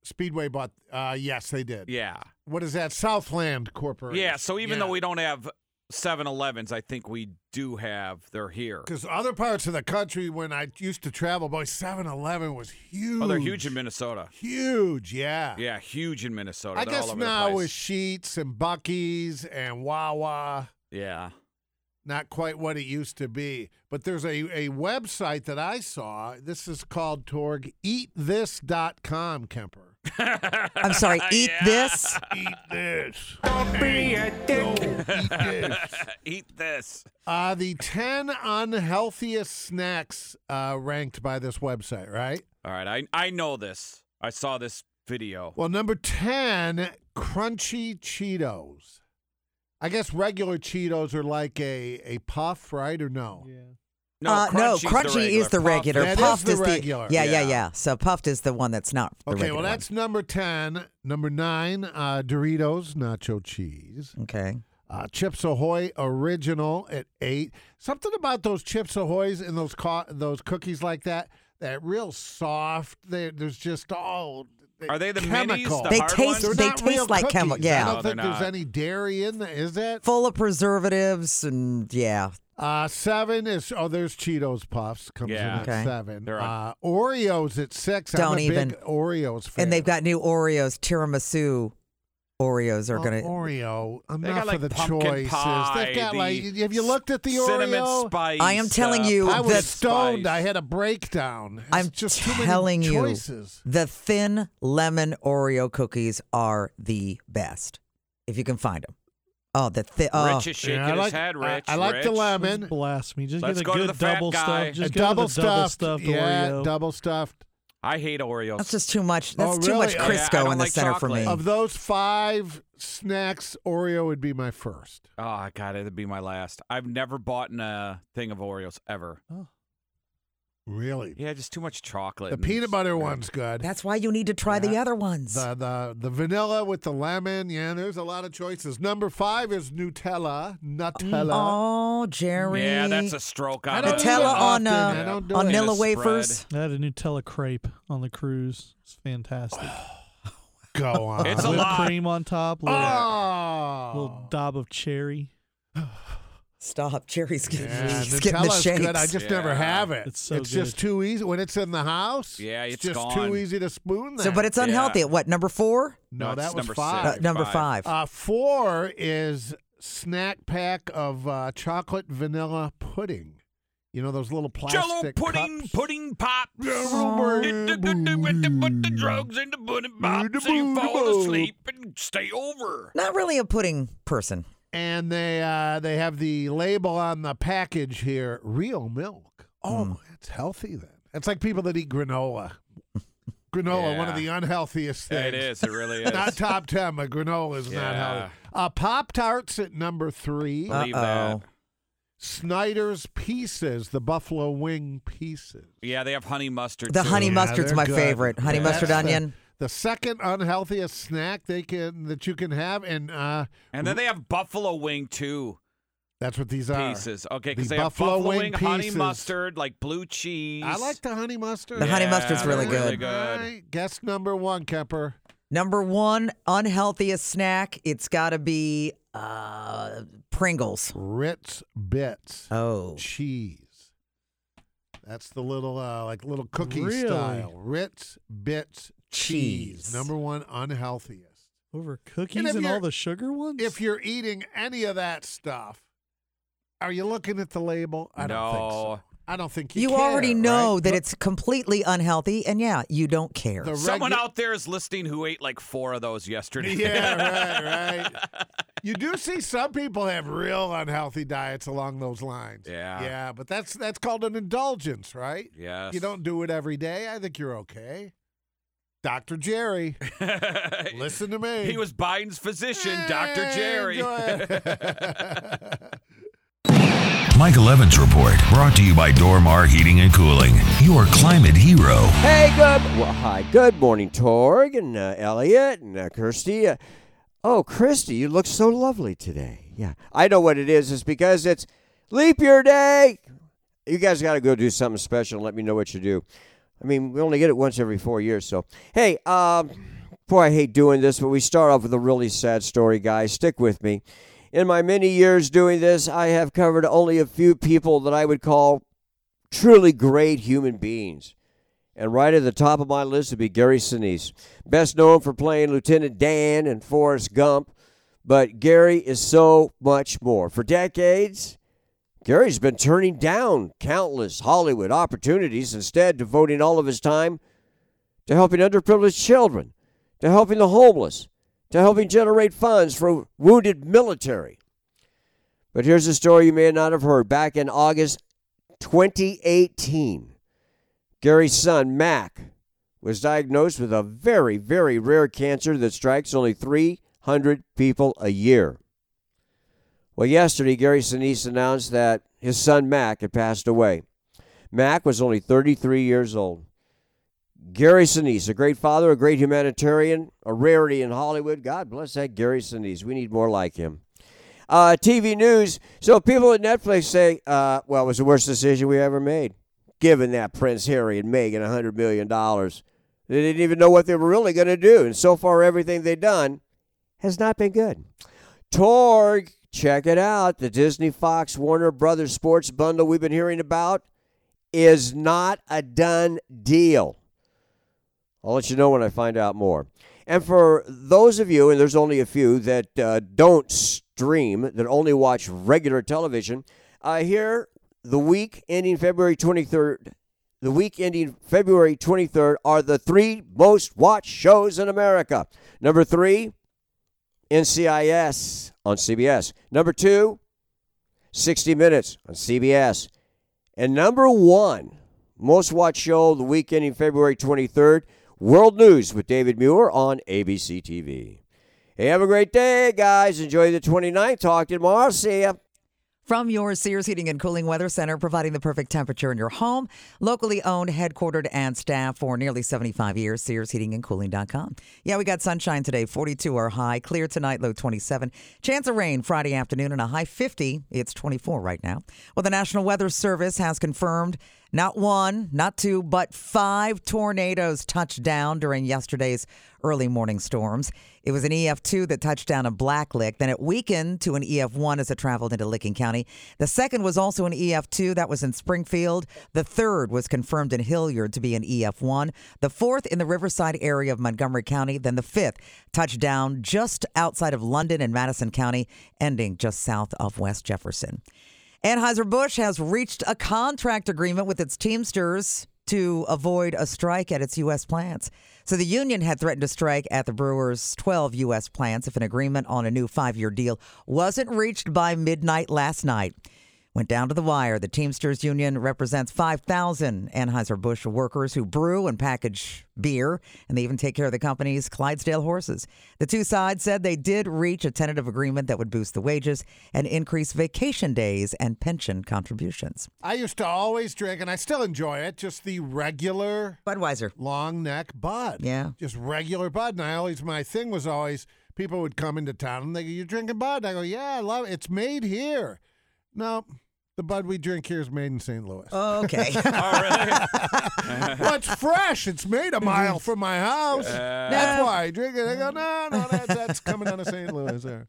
F: Speedway bought. Uh, yes, they did.
D: Yeah.
F: What is that? Southland Corporation.
D: Yeah, so even though we don't have 7-Elevens, I think we do have they're here.
F: Because other parts of the country, when I used to travel, boy, 7 Eleven was huge.
D: Oh, they're huge in Minnesota.
F: Huge, yeah.
D: Yeah, huge in Minnesota.
F: I
D: Oh, They're all
F: guess
D: over
F: now
D: the place.
F: with Sheets and Bucky's and Wawa,
D: yeah.
F: not quite what it used to be. But there's a, a website that I saw. This is called Torg, eatthis.com, Kemper.
I: I'm sorry, eat this?
F: Eat this.
J: be a dick.
D: Eat this.
F: Uh, the 10 unhealthiest snacks uh, ranked by this website, right?
D: All right, I I know this. I saw this video.
F: Well, number 10, crunchy Cheetos. I guess regular Cheetos are like a, a puff, right? Or no? Yeah.
D: No,
I: uh, no,
D: Crunchy's the
I: Crunchy is the regular.
D: regular.
I: Puffed
D: Puffed-
F: That is
I: is
F: the
I: the,
F: regular.
I: Yeah, yeah,
F: Yeah.
I: yeah. So Puffed is the one that's not. The
F: Okay,
I: regular
F: well,
I: one.
F: that's number 10. Number 9, uh, Doritos Nacho Cheese.
I: Okay.
F: Uh, Chips Ahoy Original at 8. Something about those Chips Ahoys and those co- those cookies like that, that real soft, they, there's just all.
D: Are they the minis,
F: chemical.
D: the They hard taste-
F: They're
I: they
F: not real
I: taste like
F: cookies.
I: chemi- yeah.
F: I
I: No,
F: don't
I: they're
F: think there's
I: not.
F: any dairy in there, is that?
I: Full of preservatives and yeah.
F: Uh, seven is oh, there's Cheetos Puffs comes
I: Yeah.
F: in at
I: Okay.
F: seven. Uh, Oreos at six. I'm
I: Don't
F: a
I: even.
F: big Oreos fan.
I: And they've got new Oreos, tiramisu. Oreos are
F: Oh,
I: gonna
F: Oreo. I'm
I: They
F: not
I: got,
F: for
I: like,
F: the
I: pumpkin
F: choices.
I: pie,
F: they've got
I: the
F: like. Have you looked at the
I: cinnamon
F: Oreo?
I: spice, I am telling uh, you
F: I was
I: that-
F: stoned.
I: spice.
F: I had a breakdown. It's
I: I'm
F: just
I: telling
F: too many
I: you,
F: choices.
I: the thin lemon Oreo cookies are the best if you can find them. Oh, the thin. Oh.
D: Rich is shaking his head, Rich.
F: I like the
D: Rich.
F: lemon.
B: Blasphemy. Just
D: Let's
B: get a
D: go to
B: good
D: the fat
B: double
D: guy.
B: stuff. Just
F: A
B: go to the
F: double
B: double
F: stuffed,
B: stuffed
F: yeah,
B: Oreo.
F: double stuffed.
D: I hate Oreos.
I: That's just too much.
F: Oh,
I: That's too much
F: really?
I: Crisco in the center for me.
F: Of those five snacks, Oreo would be my first.
D: Oh God, it'd be my last. I've never bought a thing of Oreos ever.
F: Oh. Really?
D: Yeah, just too much chocolate.
F: The
D: and-
F: peanut butter one's good.
I: That's why you need to try the other ones.
F: The, the the vanilla with the lemon. Yeah, there's a lot of choices. Number five is Nutella. Nutella.
I: Oh, Jerry.
D: Yeah, that's a stroke.
F: I
D: On
F: don't
D: it.
F: do it Nutella on, often. uh, I don't do on it. Nilla
D: In a spread.
I: wafers.
B: I had a Nutella crepe on the cruise. It's fantastic.
F: Go on. Oh.
D: It's a
B: Whipped
D: lot.
B: cream on top. Little, little daub of cherry.
I: Stop, Jerry's getting,
F: Yeah,
I: he's getting the
F: Nutella's
I: shakes.
F: good. I just never have it.
B: It's so
F: just too easy when it's in the house.
D: Yeah,
F: it's,
D: it's
F: just
D: gone.
F: too easy to spoon. That.
I: so, but it's unhealthy. At what number four?
F: No,
D: No, it's
F: that was
D: number
F: five.
I: six, Uh, number five. five.
F: Uh, four is snack pack of uh, chocolate vanilla pudding. You know those little plastic
D: Jello pudding,
F: cups?
D: pudding pops. Put the drugs in the pudding pops, and you fall asleep and stay over.
I: Not really a pudding person.
F: and they uh, they have the label on the package here: real milk. Oh,
D: Hmm.
F: that's healthy then. It's like people that eat granola. Granola, one of the
D: Yeah.
F: unhealthiest
D: Yeah,
F: things.
D: it is. It really is.
F: not top ten, but granola is not
D: Yeah.
F: healthy. Uh, Pop Tarts at number three.
D: Believe that.
F: Snyder's Pieces, the buffalo wing pieces.
D: Yeah, they have honey mustard.
I: The
D: too.
I: honey
F: Yeah,
I: mustard's
F: they're
I: my
F: good.
I: favorite. Honey
F: Yeah.
I: mustard
F: That's the-
I: onion.
F: The, second unhealthiest snack they can that you can have, and uh,
D: And then they have buffalo wing too.
F: that's what these are.
D: Pieces, okay,
F: The
D: because they have
F: buffalo
D: buffalo
F: wing
D: wing, honey
F: pieces.
D: mustard, like blue cheese.
F: I like the honey mustard.
I: The honey
D: Yeah,
I: mustard's really
D: they're
I: good.
F: All right, guess number one, Kemper.
I: Number one unhealthiest snack. It's got to be uh, Pringles.
F: Ritz Bits
I: Oh,
F: cheese. That's the little uh, like little cookie
B: Really?
F: style. Ritz Bits cheese.
I: Cheese.
F: Number one unhealthiest.
B: Over cookies
F: And if
B: and, all
F: you're-
B: the sugar ones?
F: If you're eating any of that stuff, are you looking at the label? I don't think so.
D: No.
F: I don't think you
I: you
F: care,
I: already know
F: right?
I: that
F: Look,
I: it's completely unhealthy, and yeah, you don't care.
F: The
D: Someone
F: regu-
D: out there is listening who ate like four of those yesterday.
F: Yeah, right, right. You do see some people have real unhealthy diets along those lines.
D: Yeah.
F: Yeah, but that's that's called an indulgence, right?
D: Yes.
F: You don't do it every day. I think you're okay. Dr. Jerry, listen to me.
D: He was Biden's physician, Dr. Jerry.
H: Michael Evans Report, brought to you by Dormar Heating and Cooling, your climate hero.
R: Hey, good. Well, hi. Good morning, Torg and uh, Elliot and uh, Kirsty. Uh, oh, Kirsty, you look so lovely today. Yeah, I know what it is. It's because it's leap year day. You guys got to go do something special and let me know what you do. I mean, we only get it once every four years, so hey, um, boy, I hate doing this, but we start off with a really sad story, guys. Stick with me. In my many years doing this, I have covered only a few people that I would call truly great human beings. And right at the top of my list would be Gary Sinise, best known for playing Lieutenant Dan and Forrest Gump. But Gary is so much more. For decades, Gary's been turning down countless Hollywood opportunities, instead, devoting all of his time to helping underprivileged children, to helping the homeless, to helping generate funds for wounded military. But here's a story you may not have heard. Back in August 2018, Gary's son, Mac, was diagnosed with a very, very rare cancer that strikes only 300 people a year. Well, yesterday, Gary Sinise announced that his son, Mac, had passed away. Mack was only 33 years old. Gary Sinise, a great father, a great humanitarian, a rarity in Hollywood. God bless that Gary Sinise. We need more like him. Uh, TV news. So people at Netflix say, uh, well, it was the worst decision we ever made, giving that Prince Harry and Meghan $100 million. They didn't even know what they were really going to do. And so far, everything they've done has not been good. Torg, check it out. The Disney Fox Warner Brothers Sports bundle we've been hearing about is not a done deal. I'll let you know when I find out more. And for those of you, and there's only a few that uh, don't stream, that only watch regular television, uh, here the week ending February 23rd, the week ending February 23rd are the three most watched shows in America. Number three, NCIS on CBS. Number two, 60 Minutes on CBS. And number one, most watched show the week ending February 23rd, World News with David Muir on ABC TV. Hey, have a great day, guys. Enjoy the 29th. Talk to you tomorrow. See ya.
I: From your Sears Heating and Cooling Weather Center, providing the perfect temperature in your home, locally owned, headquartered, and staffed for nearly 75 years, SearsHeatingandCooling.com. Yeah, we got sunshine today, 42 our high, clear tonight, low 27. Chance of rain Friday afternoon and a high 50. It's 24 right now. Well, the National Weather Service has confirmed not one, not two, but five tornadoes touched down during yesterday's early morning storms. It was an EF2 that touched down in Blacklick. Then it weakened to an EF1 as it traveled into Licking County. The second was also an EF2 that was in Springfield. The third was confirmed in Hilliard to be an EF1. The fourth in the Riverside area of Montgomery County. Then the fifth touched down just outside of London and Madison County, ending just south of West Jefferson. Anheuser-Busch has reached a contract agreement with its Teamsters to avoid a strike at its U.S. plants. So the union had threatened to strike at the brewer's 12 U.S. plants if an agreement on a new five year deal wasn't reached by midnight last night. Went down to the wire. The Teamsters Union represents 5,000 Anheuser-Busch workers who brew and package beer, and they even take care of the company's Clydesdale horses. The two sides said they did reach a tentative agreement that would boost the wages and increase vacation days and pension contributions.
F: I used to always drink, and I still enjoy it, just the regular
I: Budweiser
F: long neck Bud.
I: Yeah.
F: Just regular Bud. And I always, my thing was always people would come into town and they go, You're drinking Bud? I go, Yeah, I love it. It's made here. No, the Bud we drink here is made in St. Louis.
I: Oh, okay.
F: well, it's fresh. It's made a mile from my house.
D: Uh,
F: that's
I: Mm-hmm. No.
F: why I drink it. I go, No, no, that's, that's coming out of St. Louis there.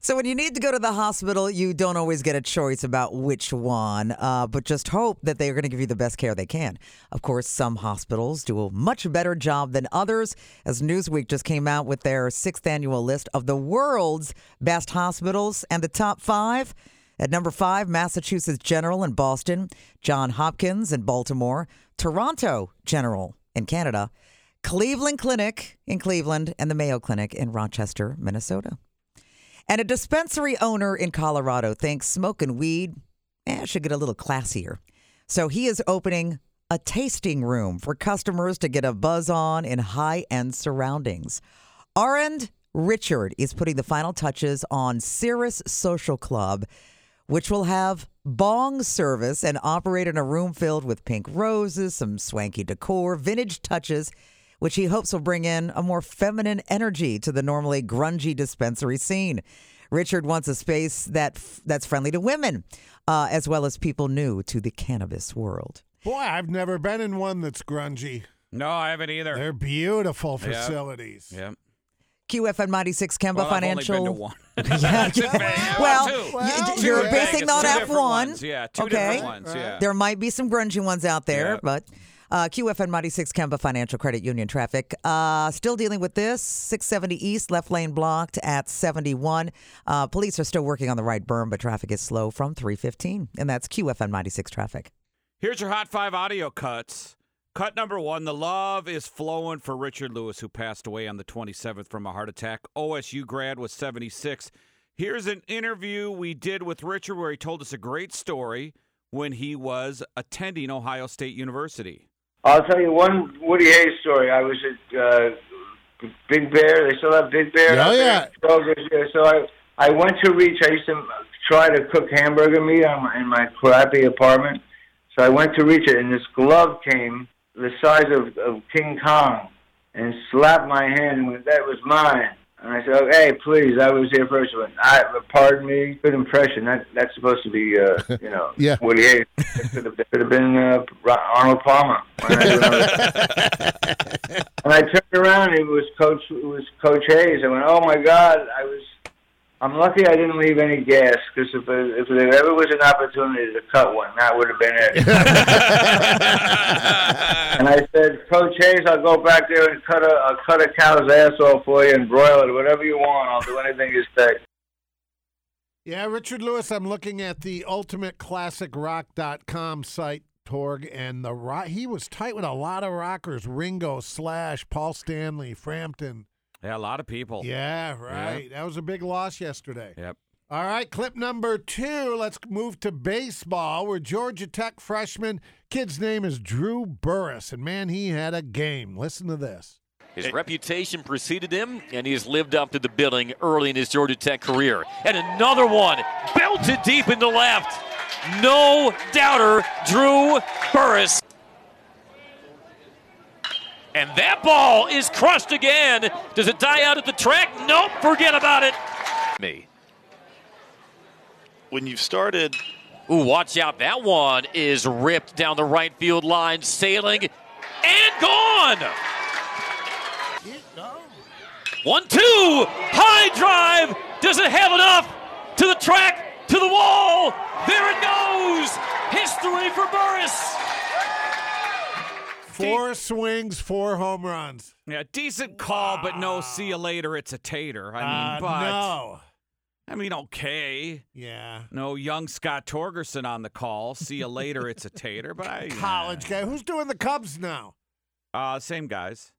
I: So when you need to go to the hospital, you don't always get a choice about which one, uh, but just hope that they are going to give you the best care they can. Of course, some hospitals do a much better job than others, as Newsweek just came out with their sixth annual list of the world's best hospitals and the top five. At number five, Massachusetts General in Boston, John Hopkins in Baltimore, Toronto General in Canada, Cleveland Clinic in Cleveland, and the Mayo Clinic in Rochester, Minnesota. And a dispensary owner in Colorado thinks smoking weed eh, should get a little classier. So he is opening a tasting room for customers to get a buzz on in high end surroundings. Arend Richard is putting the final touches on Cirrus Social Club, which will have bong service and operate in a room filled with pink roses, some swanky decor, vintage touches which he hopes will bring in a more feminine energy to the normally grungy dispensary scene. Richard wants a space that that's friendly to women, uh, as well as people new to the cannabis world.
F: Boy, I've never been in one that's grungy.
D: No, I haven't either.
F: They're beautiful
D: Yeah.
F: facilities.
D: Yeah.
I: QFN Mighty Six Kemba
D: Well, I've only been
I: Financial.
D: to one.
I: yeah,
D: That's in
I: Well,
D: Vegas. Well,
I: you-
D: two. Well,
I: you're
D: two in
I: basing
D: Vegas,
I: on
D: two
I: F
D: different
I: one.
D: ones. Yeah, two
I: okay.
D: different ones, yeah.
I: There might be some grungy ones out there,
D: Yeah.
I: but uh, QFN Mighty Six Kemba Financial Credit Union traffic. Uh, still dealing with this. 670 East, left lane blocked at 71. Uh, police are still working on the right berm, but traffic is slow from 315, and that's QFN Mighty Six traffic.
D: Here's your Hot Five audio cuts. Cut number one The love is flowing for Richard Lewis, who passed away on the 27th from a heart attack. OSU grad was 76. Here's an interview we did with Richard where he told us a great story when he was attending Ohio State University.
C: I'll tell you one Woody Hayes story. I was at uh, Big Bear. They still have Big Bear.
F: Yeah,
C: out there
F: yeah.
C: in Kroger's there. So I, I went to reach. I used to try to cook hamburger meat on my, in my crappy apartment. So I went to reach it, and this glove came the size of, of King Kong and slapped my hand and went, That was mine. And I said, Oh, hey, please, I was here first. He Went, I, pardon me. Good impression. That That's supposed to be, uh, you know,
F: Yeah.
C: Woody Hayes. It could have, could have been uh, Ro- Arnold Palmer. And I, and I turned around. It was Coach. It was Coach Hayes. I went, "Oh my God! I was. I'm lucky I didn't leave any gas because if, if there ever was an opportunity to cut one, that would have been it." and I said, "Coach Hayes, I'll go back there and cut a I'll cut a cow's ass off for you and broil it, whatever you want. I'll do anything you say."
F: Yeah, Richard Lewis, I'm looking at the ultimateclassicrock.com site, Torg, and the rock, he was tight with a lot of rockers Ringo, Slash, Paul Stanley, Frampton.
D: Yeah, a lot of people.
F: Yeah, right. That was a big loss yesterday.
D: Yep.
F: All right, clip number two. Let's move to baseball, where Georgia Tech freshman kid's name is Drew Burris, and man, he had a game. Listen to this.
E: His reputation preceded him, and he has lived up to the billing early in his Georgia Tech career. And another one, belted deep into left. No doubter, Drew Burris. And that ball is crushed again. Does it die out at the track? Nope, forget about it. Me. When you've started. Ooh, watch out. That one is ripped down the right field line, sailing and gone. One, two, high drive. Does it have enough? To the track, to the wall. There it goes. History for Burris.
F: Four swings, four home runs.
D: Yeah, decent call, but no. See you later. It's a tater. I mean,
F: Uh,
D: but
F: no.
D: I mean, okay.
F: Yeah.
D: No young Scott Torgerson on the call. See you later. It's a tater. But I
F: College guy. Who's doing the Cubs now?
D: Uh, same guys.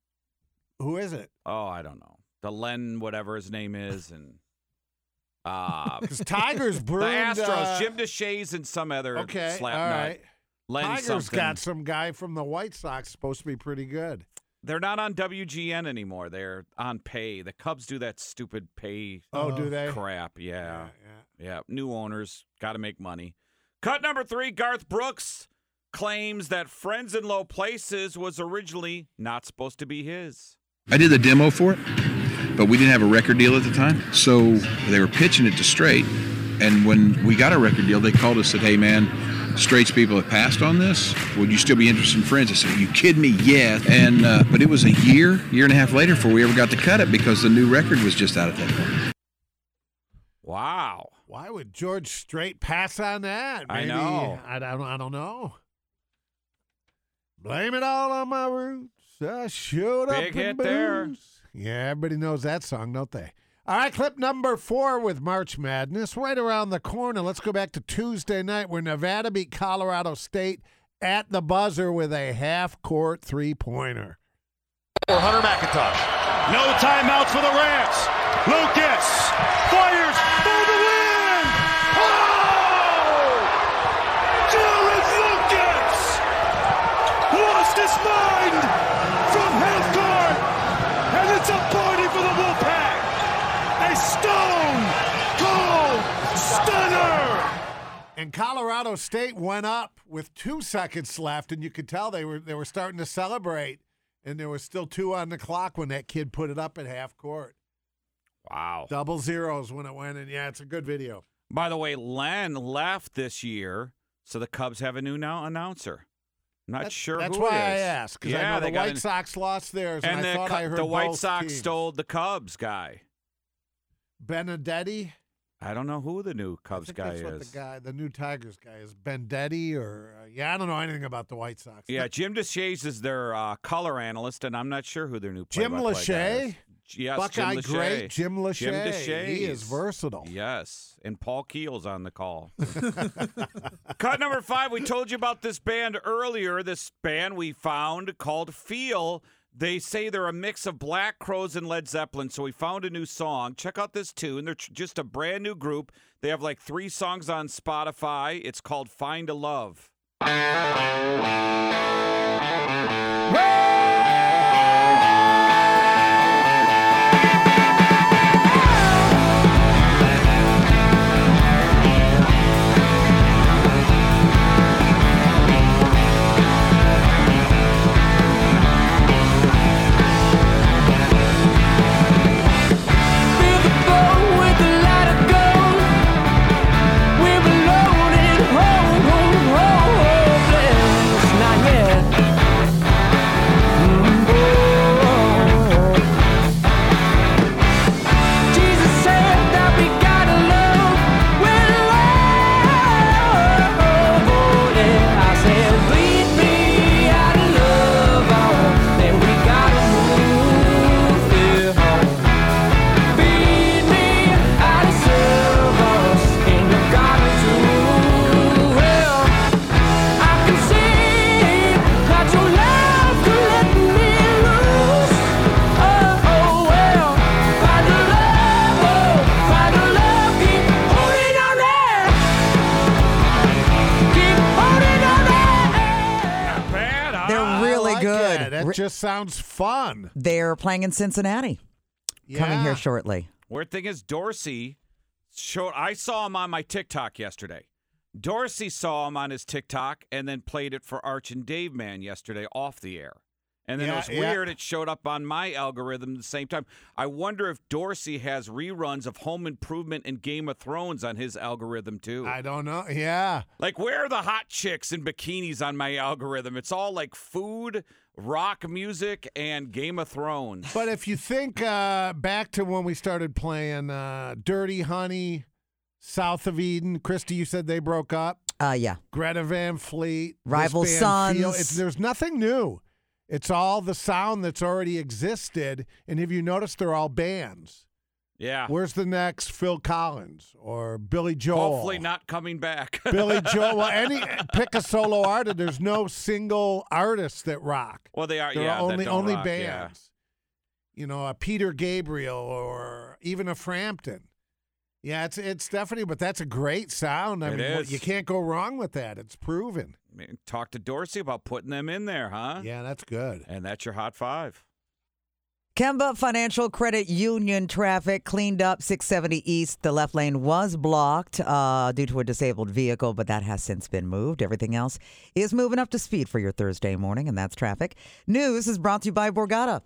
F: Who is it?
D: Oh, I don't know. The Len, whatever his name is, and uh,
F: 'Cause Tigers
D: the
F: brewed,
D: Astros,
F: uh,
D: Jim DeShays, and some other
F: Okay,
D: slap
F: all
D: nut.
F: right.
D: Len
F: Tigers
D: something.
F: got some guy from the White Sox supposed to be pretty good.
D: They're not on WGN anymore. They're on pay. The Cubs do that stupid pay.
F: Oh, do they?
D: Crap. Yeah. Yeah. New owners got to make money. Cut number three. Garth Brooks claims that Friends in Low Places was originally not supposed to be his.
K: I did the demo for it, but we didn't have a record deal at the time. So they were pitching it to straight. And when we got a record deal, they called us said, Hey man, straights people have passed on this. Would you still be interested in friends? I said, Are you kidding me? Yeah. And uh, but it was a year, year and a half later before we ever got to cut it because the new record was just out at that point.
D: Wow.
F: Why would George Strait pass on that?
D: I
F: Maybe-
D: know.
F: I don't. I don't know. Blame it all on my roots. I showed up.
D: Big
F: in
D: hit there.
F: boots. Yeah, everybody knows that song, don't they? All right, clip number four with March Madness right around the corner. Let's go back to Tuesday night where Nevada beat Colorado State at the buzzer with a half court three pointer.
S: for Hunter McIntosh. No timeouts for the Rams. Lucas fires for the win. Oh! Jared Lucas lost his mind from half court, and it's a party for the Wolfpack. A stone cold stunner.
F: And Colorado State went up with two seconds left, and you could tell they were they were starting to celebrate, and there was still two on the clock when that kid put it up at half court.
D: Wow.
F: Double zeros when it went, and yeah, it's a good video.
D: By the way, Len left this year, so the Cubs have a new now announcer. I'm not sure
F: That's
D: who
F: why
D: it
F: I
D: is.
F: asked because
D: yeah,
F: I know
D: they
F: the
D: got
F: White
D: a-
F: Sox lost theirs, and,
D: and the,
F: I thought
D: Cu-
F: I heard
D: the White
F: both
D: Sox
F: teams.
D: stole the Cubs guy.
F: Benedetti.
D: I don't know who the new
F: I
D: Cubs
F: think
D: guy
F: that's what
D: is.
F: the guy, the new Tigers guy, is Benedetti, or uh, yeah, I don't know anything about the White Sox.
D: Yeah, Jim Deshays is their uh, color analyst, and I'm not sure who their new
F: Jim
D: play-by-play guy is.
F: Lachey,
D: Yes,
F: Buckeye
D: Jim Lachey.
F: great Jim Lachey.
D: Jim Deshays.
F: He is versatile.
D: Yes, and Paul Keel's on the call. Cut number five. We told you about this band earlier. This band we found called Feel. They say they're a mix of Black Crows and Led Zeppelin, so we found a new song. Check out this tune. They're tr- just a brand new group. They have like three songs on Spotify. It's called Find a Love.
S: Find
J: Mm-hmm. Oh, Oh,
F: Ah, just sounds fun.
I: They're playing in Cincinnati. Coming
D: Yeah.
I: here shortly.
D: Weird thing is Dorsey showed I saw him on my TikTok yesterday. Dorsey saw him on his TikTok and then played it for Arch and Dave Man yesterday off the air. And then
F: Yeah,
D: it was
F: yeah.
D: weird it showed up on my algorithm at the same time. I wonder if Dorsey has reruns of Home Improvement and Game of Thrones on his algorithm too.
F: I don't know. Yeah.
D: Like, where are the hot chicks in bikinis on my algorithm? It's all like food, rock music, and Game of Thrones.
F: But if you think uh, back to when we started playing uh, Dirty Honey, South of Eden, Christy, you said they broke up.
I: Uh, yeah.
F: Greta Van Fleet, this
I: Rival
F: band Feel.
I: Sons.
F: It's- there's nothing new. It's all the sound that's already existed. And have you noticed they're all bands?
D: Yeah.
F: Where's the next Phil Collins or Billy Joel?
D: Hopefully not coming back.
F: Billy Joel. Well, any pick a solo artist. There's no single artists that rock.
D: Well, they are.
F: There
D: yeah,
F: are
D: that
F: only
D: don't
F: only
D: rock, yeah.
F: bands. You know, a Peter Gabriel or even a Frampton. Yeah, it's it's Stephanie, but that's a great sound. I
D: It
F: mean,
D: is.
F: you can't go wrong with that. It's proven.
D: Man, Talk to Dorsey about putting them in there, huh?
F: Yeah, that's good.
D: And that's your hot five.
I: Kemba Financial Credit Union traffic cleaned up 670 East. The left lane was blocked uh, due to a disabled vehicle, but that has since been moved. Everything else is moving up to speed for your Thursday morning, and that's traffic. News is brought to you by Borgata.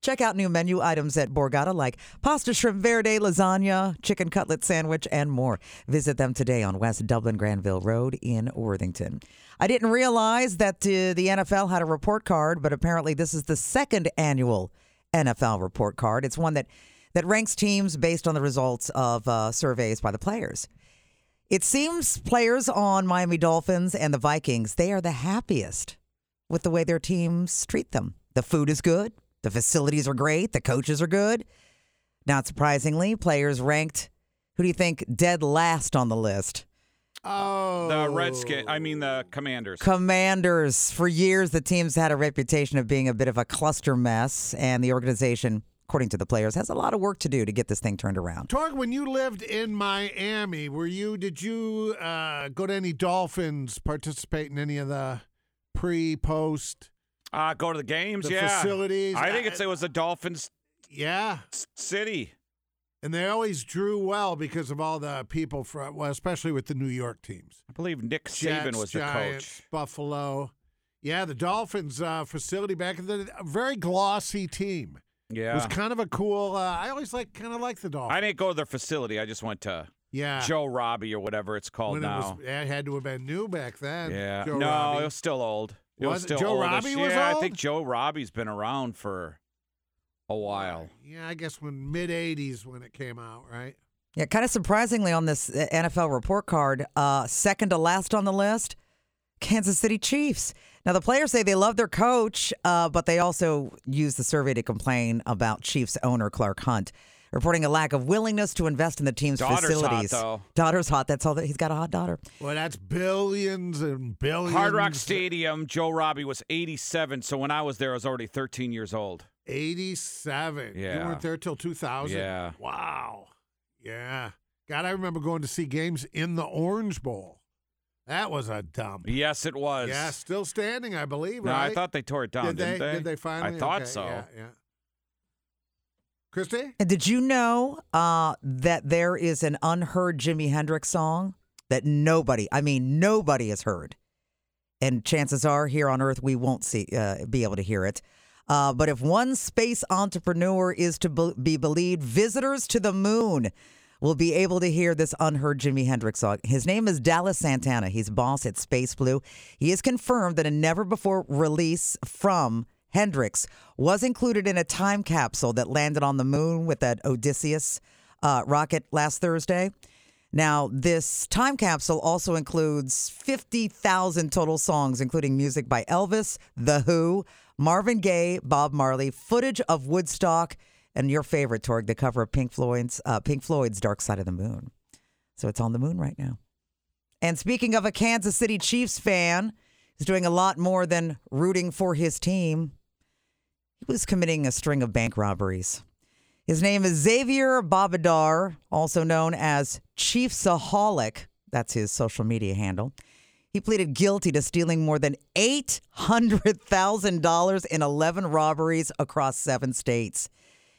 I: Check out new menu items at Borgata like pasta shrimp verde, lasagna, chicken cutlet sandwich, and more. Visit them today on West Dublin Granville Road in Worthington. I didn't realize that uh, the NFL had a report card, but apparently this is the second annual NFL report card. It's one that, that ranks teams based on the results of uh, surveys by the players. It seems players on Miami Dolphins and the Vikings, they are the happiest with the way their teams treat them. The food is good, the facilities are great, the coaches are good. Not surprisingly, players ranked who do you think dead last on the list?
F: Oh.
D: The Redskin. I mean, the Commanders.
I: Commanders. For years, the team's had a reputation of being a bit of a cluster mess, and the organization, according to the players, has a lot of work to do to get this thing turned around.
F: Torg, when you lived in Miami, were you? Did you uh, go to any Dolphins? Participate in any of the pre-post?
D: Uh, go to the games,
F: The
D: yeah.
F: facilities.
D: I think it's, it was the Dolphins
F: Yeah.
D: city.
F: And they always drew well because of all the people from, well, especially with the New York teams.
D: I believe Nick Saban was the
F: coach. Buffalo. Yeah, the Dolphins uh, facility back in the a very glossy team. It was
D: Yeah.
F: kind of a cool. Uh, I always like kind of like the Dolphins.
D: I didn't go to their facility. I just went to
F: Yeah.
D: Joe Robbie or whatever it's called
F: when
D: now.
F: it was, it had to have been new back then.
D: yeah.
F: Joe
D: no,
F: Robbie.
D: it was still old. It
F: Was
D: was
F: it
D: still
F: Joe
D: oldish.
F: Robbie was
D: yeah, I
F: old?
D: think Joe Robbie's been around for a while.
F: yeah, I guess when mid '80s when it came out, right?
I: Yeah, kind of surprisingly on this uh, NFL report card, uh, second to last on the list, Kansas City Chiefs. Now, the players say they love their coach, uh, but they also use the survey to complain about Chiefs owner Clark Hunt, reporting a lack of willingness to invest in the team's
D: Daughter's hot,
I: facilities.
D: though.
I: Daughter's hot. That's all that he's got a hot daughter.
F: Well, that's billions and billions.
D: Hard Rock Stadium, Joe Robbie was 87, so when I was there, I was already 13 years old.
F: 87. You
D: Yeah.
F: weren't there till 2000.
D: Yeah.
F: Wow. Yeah. God, I remember going to see games in the Orange Bowl. That was a dump.
D: Yes, it was.
F: Yeah, still standing, I believe.
D: No,
F: right?
D: I thought they tore it down.
F: Did
D: didn't they?
F: Did they finally?
D: I thought
F: Okay,
D: so.
F: Yeah, yeah. Christy?
I: And did you know uh, that there is an unheard Jimi Hendrix song that nobody, I mean, nobody has heard? And chances are here on Earth, we won't see, uh, be able to hear it. Uh, but if one space entrepreneur is to be- be believed, visitors to the moon will be able to hear this unheard Jimi Hendrix song. His name is Dallas Santana. He's boss at Space Blue. He has confirmed that a never before release from Hendrix was included in a time capsule that landed on the moon with that Odysseus uh, rocket last Thursday. Now, this time capsule also includes 50,000 total songs, including music by Elvis, The Who, Marvin Gaye, Bob Marley, footage of Woodstock, and your favorite, Torg, the cover of Pink Floyd's, uh, Pink Floyd's Dark Side of the Moon. So it's on the moon right now. And speaking of a Kansas City Chiefs fan who's doing a lot more than rooting for his team, he was committing a string of bank robberies. His name is Xavier Bobadar, also known as Chiefsaholic. That's his social media handle. He pleaded guilty to stealing more than $800,000 in 11 robberies across seven states.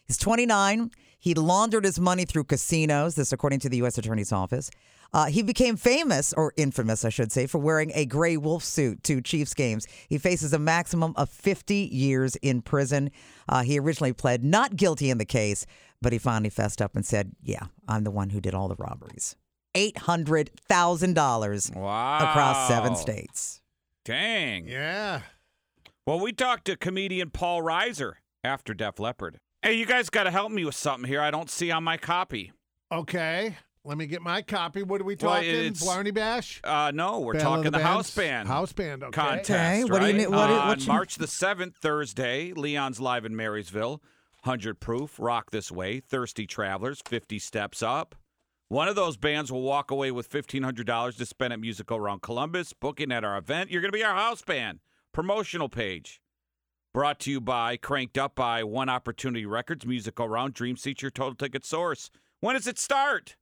I: He's 29. He laundered his money through casinos, this according to the U.S. Attorney's Office. Uh, he became famous, or infamous, I should say, for wearing a gray wolf suit to Chiefs games. He faces a maximum of 50 years in prison. Uh, he originally pled not guilty in the case, but he finally fessed up and said, Yeah, I'm the one who did all the robberies. $800,000 across seven
D: Wow.
I: states.
D: Dang. Yeah. Well, we talked to comedian Paul Reiser after Def Leppard. Hey, you guys got to help me with something here I don't see on my copy.
F: Okay. Let me get my copy. What are we
D: Well,
F: talking?
D: it's-
F: Blarney Bash?
D: Uh, no, we're
F: Battle of
D: talking
F: the
D: the, house
F: Bands?
D: band.
F: House band, okay.
D: Contest,
F: Okay, what do you
D: right?
F: need- what do you-
D: On
F: what you-
D: March the 7th, Thursday, Leon's live in Marysville. 100 Proof, Rock This Way, Thirsty Travelers, 50 Steps Up. One of those bands will walk away with $1,500 to spend at Musical Around Columbus. Booking at our event. You're going to be our house band. Promotional page. Brought to you by, cranked up by One Opportunity Records, Musical Round, Dream Seat, your total ticket source. When does it start?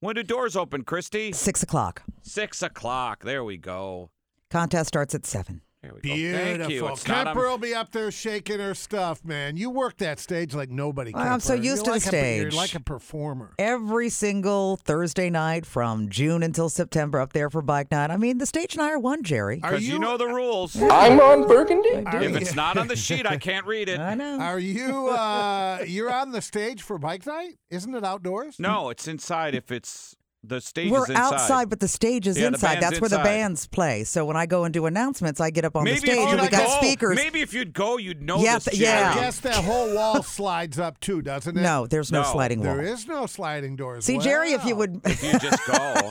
D: When do doors open, Christy?
I: Six o'clock.
D: Six o'clock. There we go.
I: Contest starts at seven.
D: There we go.
F: Beautiful.
D: Oh, Thank you. It's not on-
F: Kemper will be up there shaking her stuff, man. You work that stage like nobody.
I: I'm so
F: Kemper.
I: used
F: You're
I: to the
F: like a- you're
I: stage.
F: like a performer.
I: Every single Thursday night from June until September up there for bike night. I mean, the stage and I are one, Jerry.
D: Because you, know the rules.
I: I'm on Burgundy?
D: If it's not on the sheet, I can't read it. I
I: know.
F: Are you? uh You're on the stage for bike night? Isn't it outdoors?
D: No, it's inside. If it's the stage
I: We're
D: is inside.
I: outside, but the stage is
D: Yeah, the
I: inside.
D: band's
I: That's where the
D: inside.
I: bands play. So when I go and do announcements, I get up on
D: maybe
I: the stage
D: if
I: and
D: you'd
I: we got
D: go,
I: speakers.
D: Maybe if you'd go, you'd know
I: Yeah,
D: this.
I: th- yeah.
F: I
D: Jerry.
F: guess that whole wall slides up too, doesn't it?
I: No, there's no No. sliding wall.
F: There is no sliding doors.
I: See, Jerry, if you would.
D: If you just go,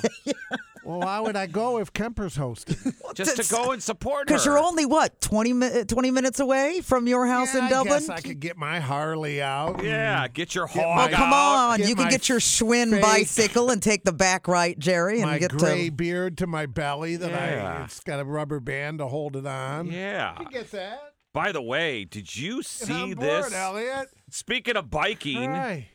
F: Well, why would I go if Kemper's hosting?
D: just to go and support her.
I: Because you're only, what, 20, mi- 20 minutes away from your house in
F: I
I: Dublin?
F: guess I could get my Harley out.
D: Yeah, get your
F: Get
D: hog
I: Oh, come
D: out.
I: on. you can
F: my
I: get your Schwinn
F: fake-
I: bicycle and take the back right, Jerry, and
F: my
I: get
F: gray
I: to.
F: beard to my belly that I
D: Yeah.
F: it's got a rubber band to hold it on.
D: Yeah.
F: You get that?
D: By the way, did you see
F: on board,
D: this?
F: Elliot.
D: Speaking of biking,
F: Hi.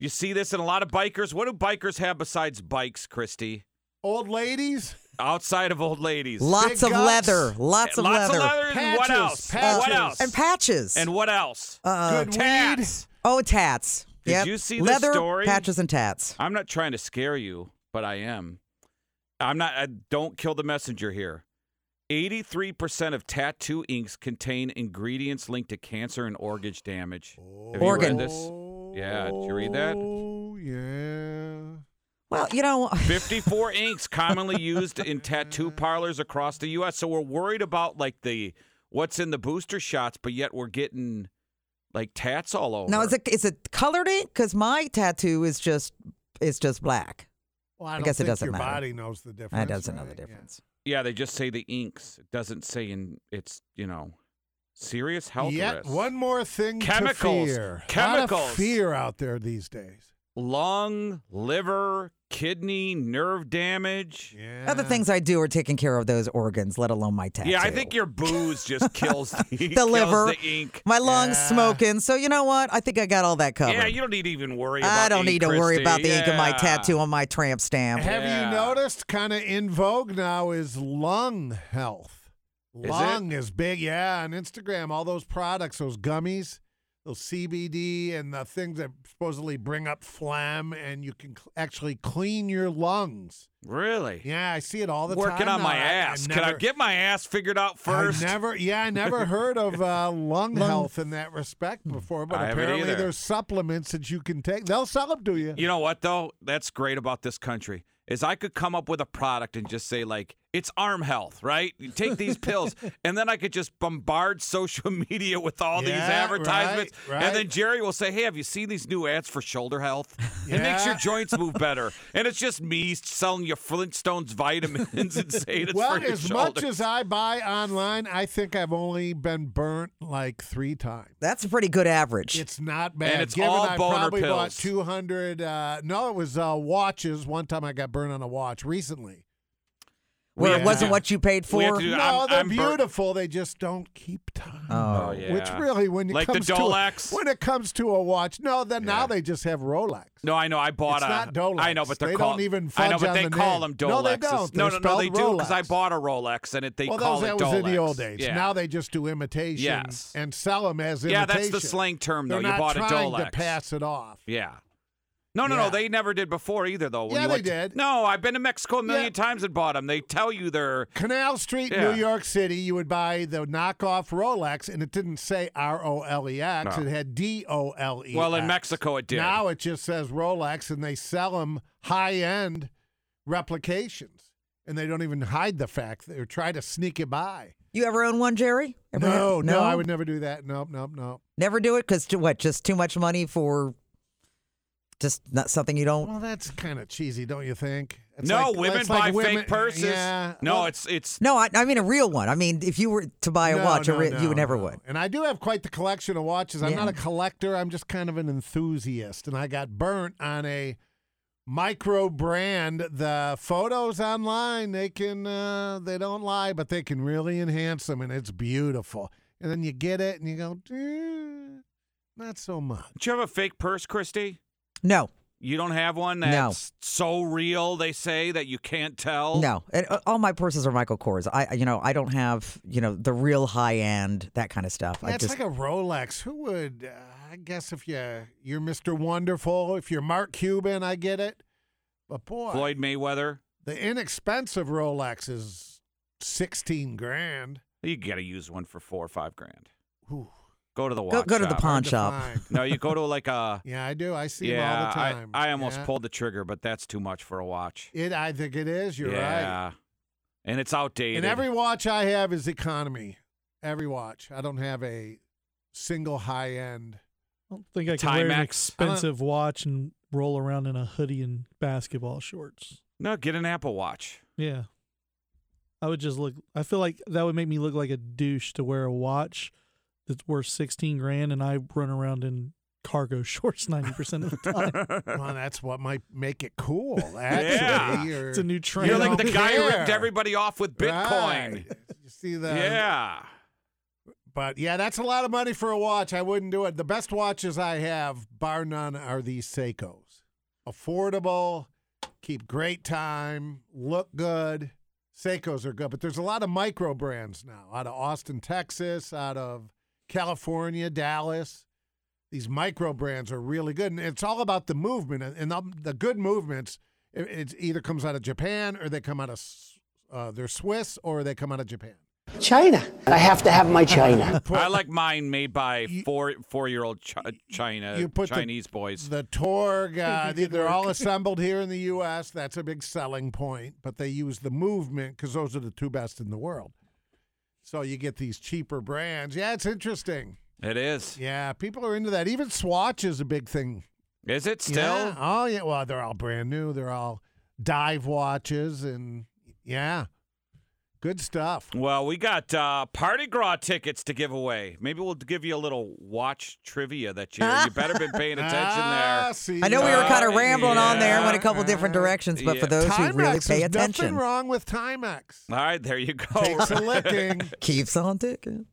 D: you see this in a lot of bikers. What do bikers have besides bikes, Christy?
F: Old ladies.
D: Outside of old ladies,
I: Lots of leather. Lots of
D: lots
I: leather.
D: Of leather and what
I: Patches,
D: else? What
I: patches.
D: else?
I: And patches.
D: And what else?
I: Uh, Good
D: tats.
I: Oh, tats.
D: Did
I: Yep.
D: you see this
I: leather,
D: story?
I: patches, and tats.
D: I'm not trying to scare you, but I am. I'm not. I, don't kill the messenger here. 83% of tattoo inks contain ingredients linked to cancer and organ damage. Have
I: Organ.
D: you read this? Yeah, did you read that?
F: Oh yeah.
I: Well, you know,
D: 54 inks commonly used in tattoo parlors across the U.S. So we're worried about like the what's in the booster shots, but yet we're getting like tats all over.
I: now is it is it colored ink? Because my tattoo is just is just black.
F: Well, I,
I: I
F: don't
I: guess it
F: think
I: doesn't
F: your
I: matter.
F: body knows the difference.
I: That doesn't know
F: right?
I: the difference.
D: Yeah, they just say the inks. It doesn't say in it's you know serious health
F: Yet
D: risks.
F: one more thing
D: Chemicals.
F: to fear. A lot
D: Chemicals.
F: of fear out there these days.
D: Lung, liver, kidney, nerve damage.
F: Yeah.
I: Other things I do are taking care of those organs, let alone my tattoo.
D: Yeah, I think your booze just kills the,
I: the
D: kills
I: liver,
D: the ink.
I: my lungs smoking. So you know what? I think I got all that covered. Uh,
D: Yeah, you don't need to even worry. About
I: I don't
D: ink,
I: need to worry
D: Christy.
I: about the ink of my
D: Yeah.
I: tattoo on my tramp stamp.
F: Have you noticed kind of in vogue now is lung health?
I: it?
F: Lung is, big, yeah, on Instagram. All those products, those gummies, those CBD, and the things that supposedly bring up phlegm, and you can cl- actually clean your lungs.
D: Really?
F: Yeah, I see it all the
D: Working
F: time.
D: on
F: now.
D: my
F: I- I
D: ass. Can I
F: never-
D: get my ass figured out first?
F: I never, yeah, I never heard of uh, lung health in that respect before, but
D: I haven't
F: apparently
D: either.
F: there's supplements that you can take. They'll sell them to you.
D: You know what though? That's great about this country is I could come up with a product and just say like it's arm health, right? You take these pills, and then I could just bombard social media with all these
F: Yeah,
D: advertisements,
F: right,
D: and then
F: right.
D: Jerry will say, "Hey, have you seen these new ads for shoulder health? It makes
F: Yeah.
D: your joints move better." and it's just me selling you Flintstones vitamins and saying it's
F: well,
D: for your
F: as
D: shoulders.
F: much as I buy online, I think I've only been burnt like three times.
I: That's a pretty good average.
F: It's not bad.
D: it's
F: Given
D: all
F: I
D: boner
F: probably bought
D: pills.
F: 200. Uh, no, it was uh, watches. One time I got burnt on a watch recently.
I: Where
F: Yeah.
I: it wasn't what you paid for.
F: no, they're beautiful. they just don't keep time.
I: Oh.
D: Oh, yeah.
F: Which really, when it
D: Like the
F: comes
D: Dolex.
F: to a, when it comes to a watch, no. Then now they just have Rolex.
D: No, I know. I bought
F: It's
D: a.
F: not Dolex.
D: I know, but they're
F: They
D: called.
F: don't even
D: I know,
F: fudge
D: but
F: on
D: they
F: the
D: call
F: name.
D: them Dolexes.
F: No, they don't.
D: No,
F: They're
D: no, no, they
F: spelled
D: do
F: Rolex.
D: because I bought a Rolex and it they
F: well,
D: call
F: those, that
D: it
F: was
D: Dolex.
F: in the old days.
D: Yeah.
F: Now they just do imitations
D: Yes.
F: and sell them as
D: Yeah,
F: imitation.
D: that's the slang term, though.
F: They're
D: You
F: not
D: bought a
F: trying
D: Dolex.
F: to pass it off.
D: yeah. No, no, no. They never did before either, though. When
F: Yeah,
D: you
F: they
D: went to-
F: did.
D: no, I've been to Mexico a million times and bought them. They tell you they're.
F: Canal Street,
D: Yeah.
F: New York City, you would buy the knockoff Rolex, and it didn't say R O L E X.
D: No.
F: It had D O L E.
D: Well, in Mexico it did.
F: Now it just says Rolex, and they sell them high end replications, and they don't even hide the fact that- or try to sneak it by.
I: You ever own one, Jerry? Ever
F: No,
I: had-
F: no, I would never do that. Nope, nope, nope.
I: Never do it because what? Just too much money for just not something you don't.
F: Well, that's kind of cheesy, don't you think? It's
D: no,
F: like-
D: women
F: it's like
D: buy
F: women-
D: fake purses.
F: Yeah.
D: no,
F: Well,
D: it's it's
I: No, I, I mean a real one. I mean, if you were to buy a
F: No,
I: watch, a
F: no,
I: re- you
F: no,
I: never
F: no.
I: would.
F: And I do have quite the collection of watches. I'm
I: Yeah.
F: not a collector. I'm just kind of an enthusiast. And I got burnt on a micro brand. The photos online, they can uh, they don't lie, but they can really enhance them, and it's beautiful. And then you get it, and you go, "Eh, not so much.
D: Do you have a fake purse, Christy?
I: No,
D: You don't have one that's so real, they say, that you can't tell?
I: no. And, uh, all my purses are Michael Kors. I, you know, I don't have you know the real high end that kind of stuff. I
F: That's
I: just
F: like a Rolex. Who would? Uh, I guess if you you're Mr. Wonderful, if you're Mark Cuban, I get it. But boy,
D: Floyd Mayweather?
F: The inexpensive Rolex is sixteen grand.
D: You got to use one for four or five grand.
F: Ooh.
D: Go to the watch
I: Go- go to the
D: shop.
I: pawn
F: Hard to
I: shop.
F: find.
D: No, you go to like a.
F: Yeah, I do. I see 'em
D: yeah,
F: all the
D: I-
F: time.
D: I, almost
F: Yeah.
D: pulled the trigger, but that's too much for a watch.
F: it. I think it is. You're right.
D: yeah. And it's outdated.
F: And every watch I have is economy. Every watch. I don't have a single high end.
B: think I can wear an
D: Timex.
B: expensive watch and roll around in a hoodie and basketball shorts.
D: No, get an Apple Watch.
B: Yeah. I would just look I feel like that would make me look like a douche to wear a watch that's worth 16 grand and I run around in cargo shorts 90% of the time.
F: well, that's what might make it cool.
D: Yeah.
F: Actually, You're-
B: It's a new trend.
D: You're
F: You
D: like the
F: don't
D: guy who
F: care.
D: ripped everybody off with Bitcoin.
F: Right. You see the
D: Yeah.
F: But yeah, that's a lot of money for a watch. I wouldn't do it. The best watches I have, bar none, are these Seikos. Affordable, keep great time, look good. Seikos are good, but there's a lot of micro brands now out of Austin, Texas, out of California, Dallas. These micro brands are really good, and it's all about the movement and- and the- the good movements. It, it either comes out of Japan or they come out of S- uh, they're Swiss or they come out of Japan.
Q: China. I have to have my China.
D: I like mine made by four four year old chi- China
F: you put the-
D: Chinese boys.
F: The Torg, uh, they- they're all assembled here in the U.S. That's a big selling point, but they use the movement because those are the two best in the world. So you get these cheaper brands. Yeah, it's interesting.
D: it is.
F: Yeah, people are into that. Even Swatch is a big thing.
D: Is it still?
F: Yeah. Oh, yeah. Well, they're all brand new. They're all dive watches and yeah, good stuff.
D: Well, we got uh, Party Gras tickets to give away. Maybe we'll give you a little watch trivia that you you better been paying attention
F: Ah,
D: there.
F: see, Ah,
I: I know we were kind of
D: Uh,
I: rambling on there and
D: yeah.
I: went a couple different directions, but
D: Yeah.
I: for those
F: Timex
I: who really pay
F: is
I: attention,
F: Nothing wrong with Timex.
D: Oh, All right, there you go.
F: Takes a licking.
I: keeps on ticking.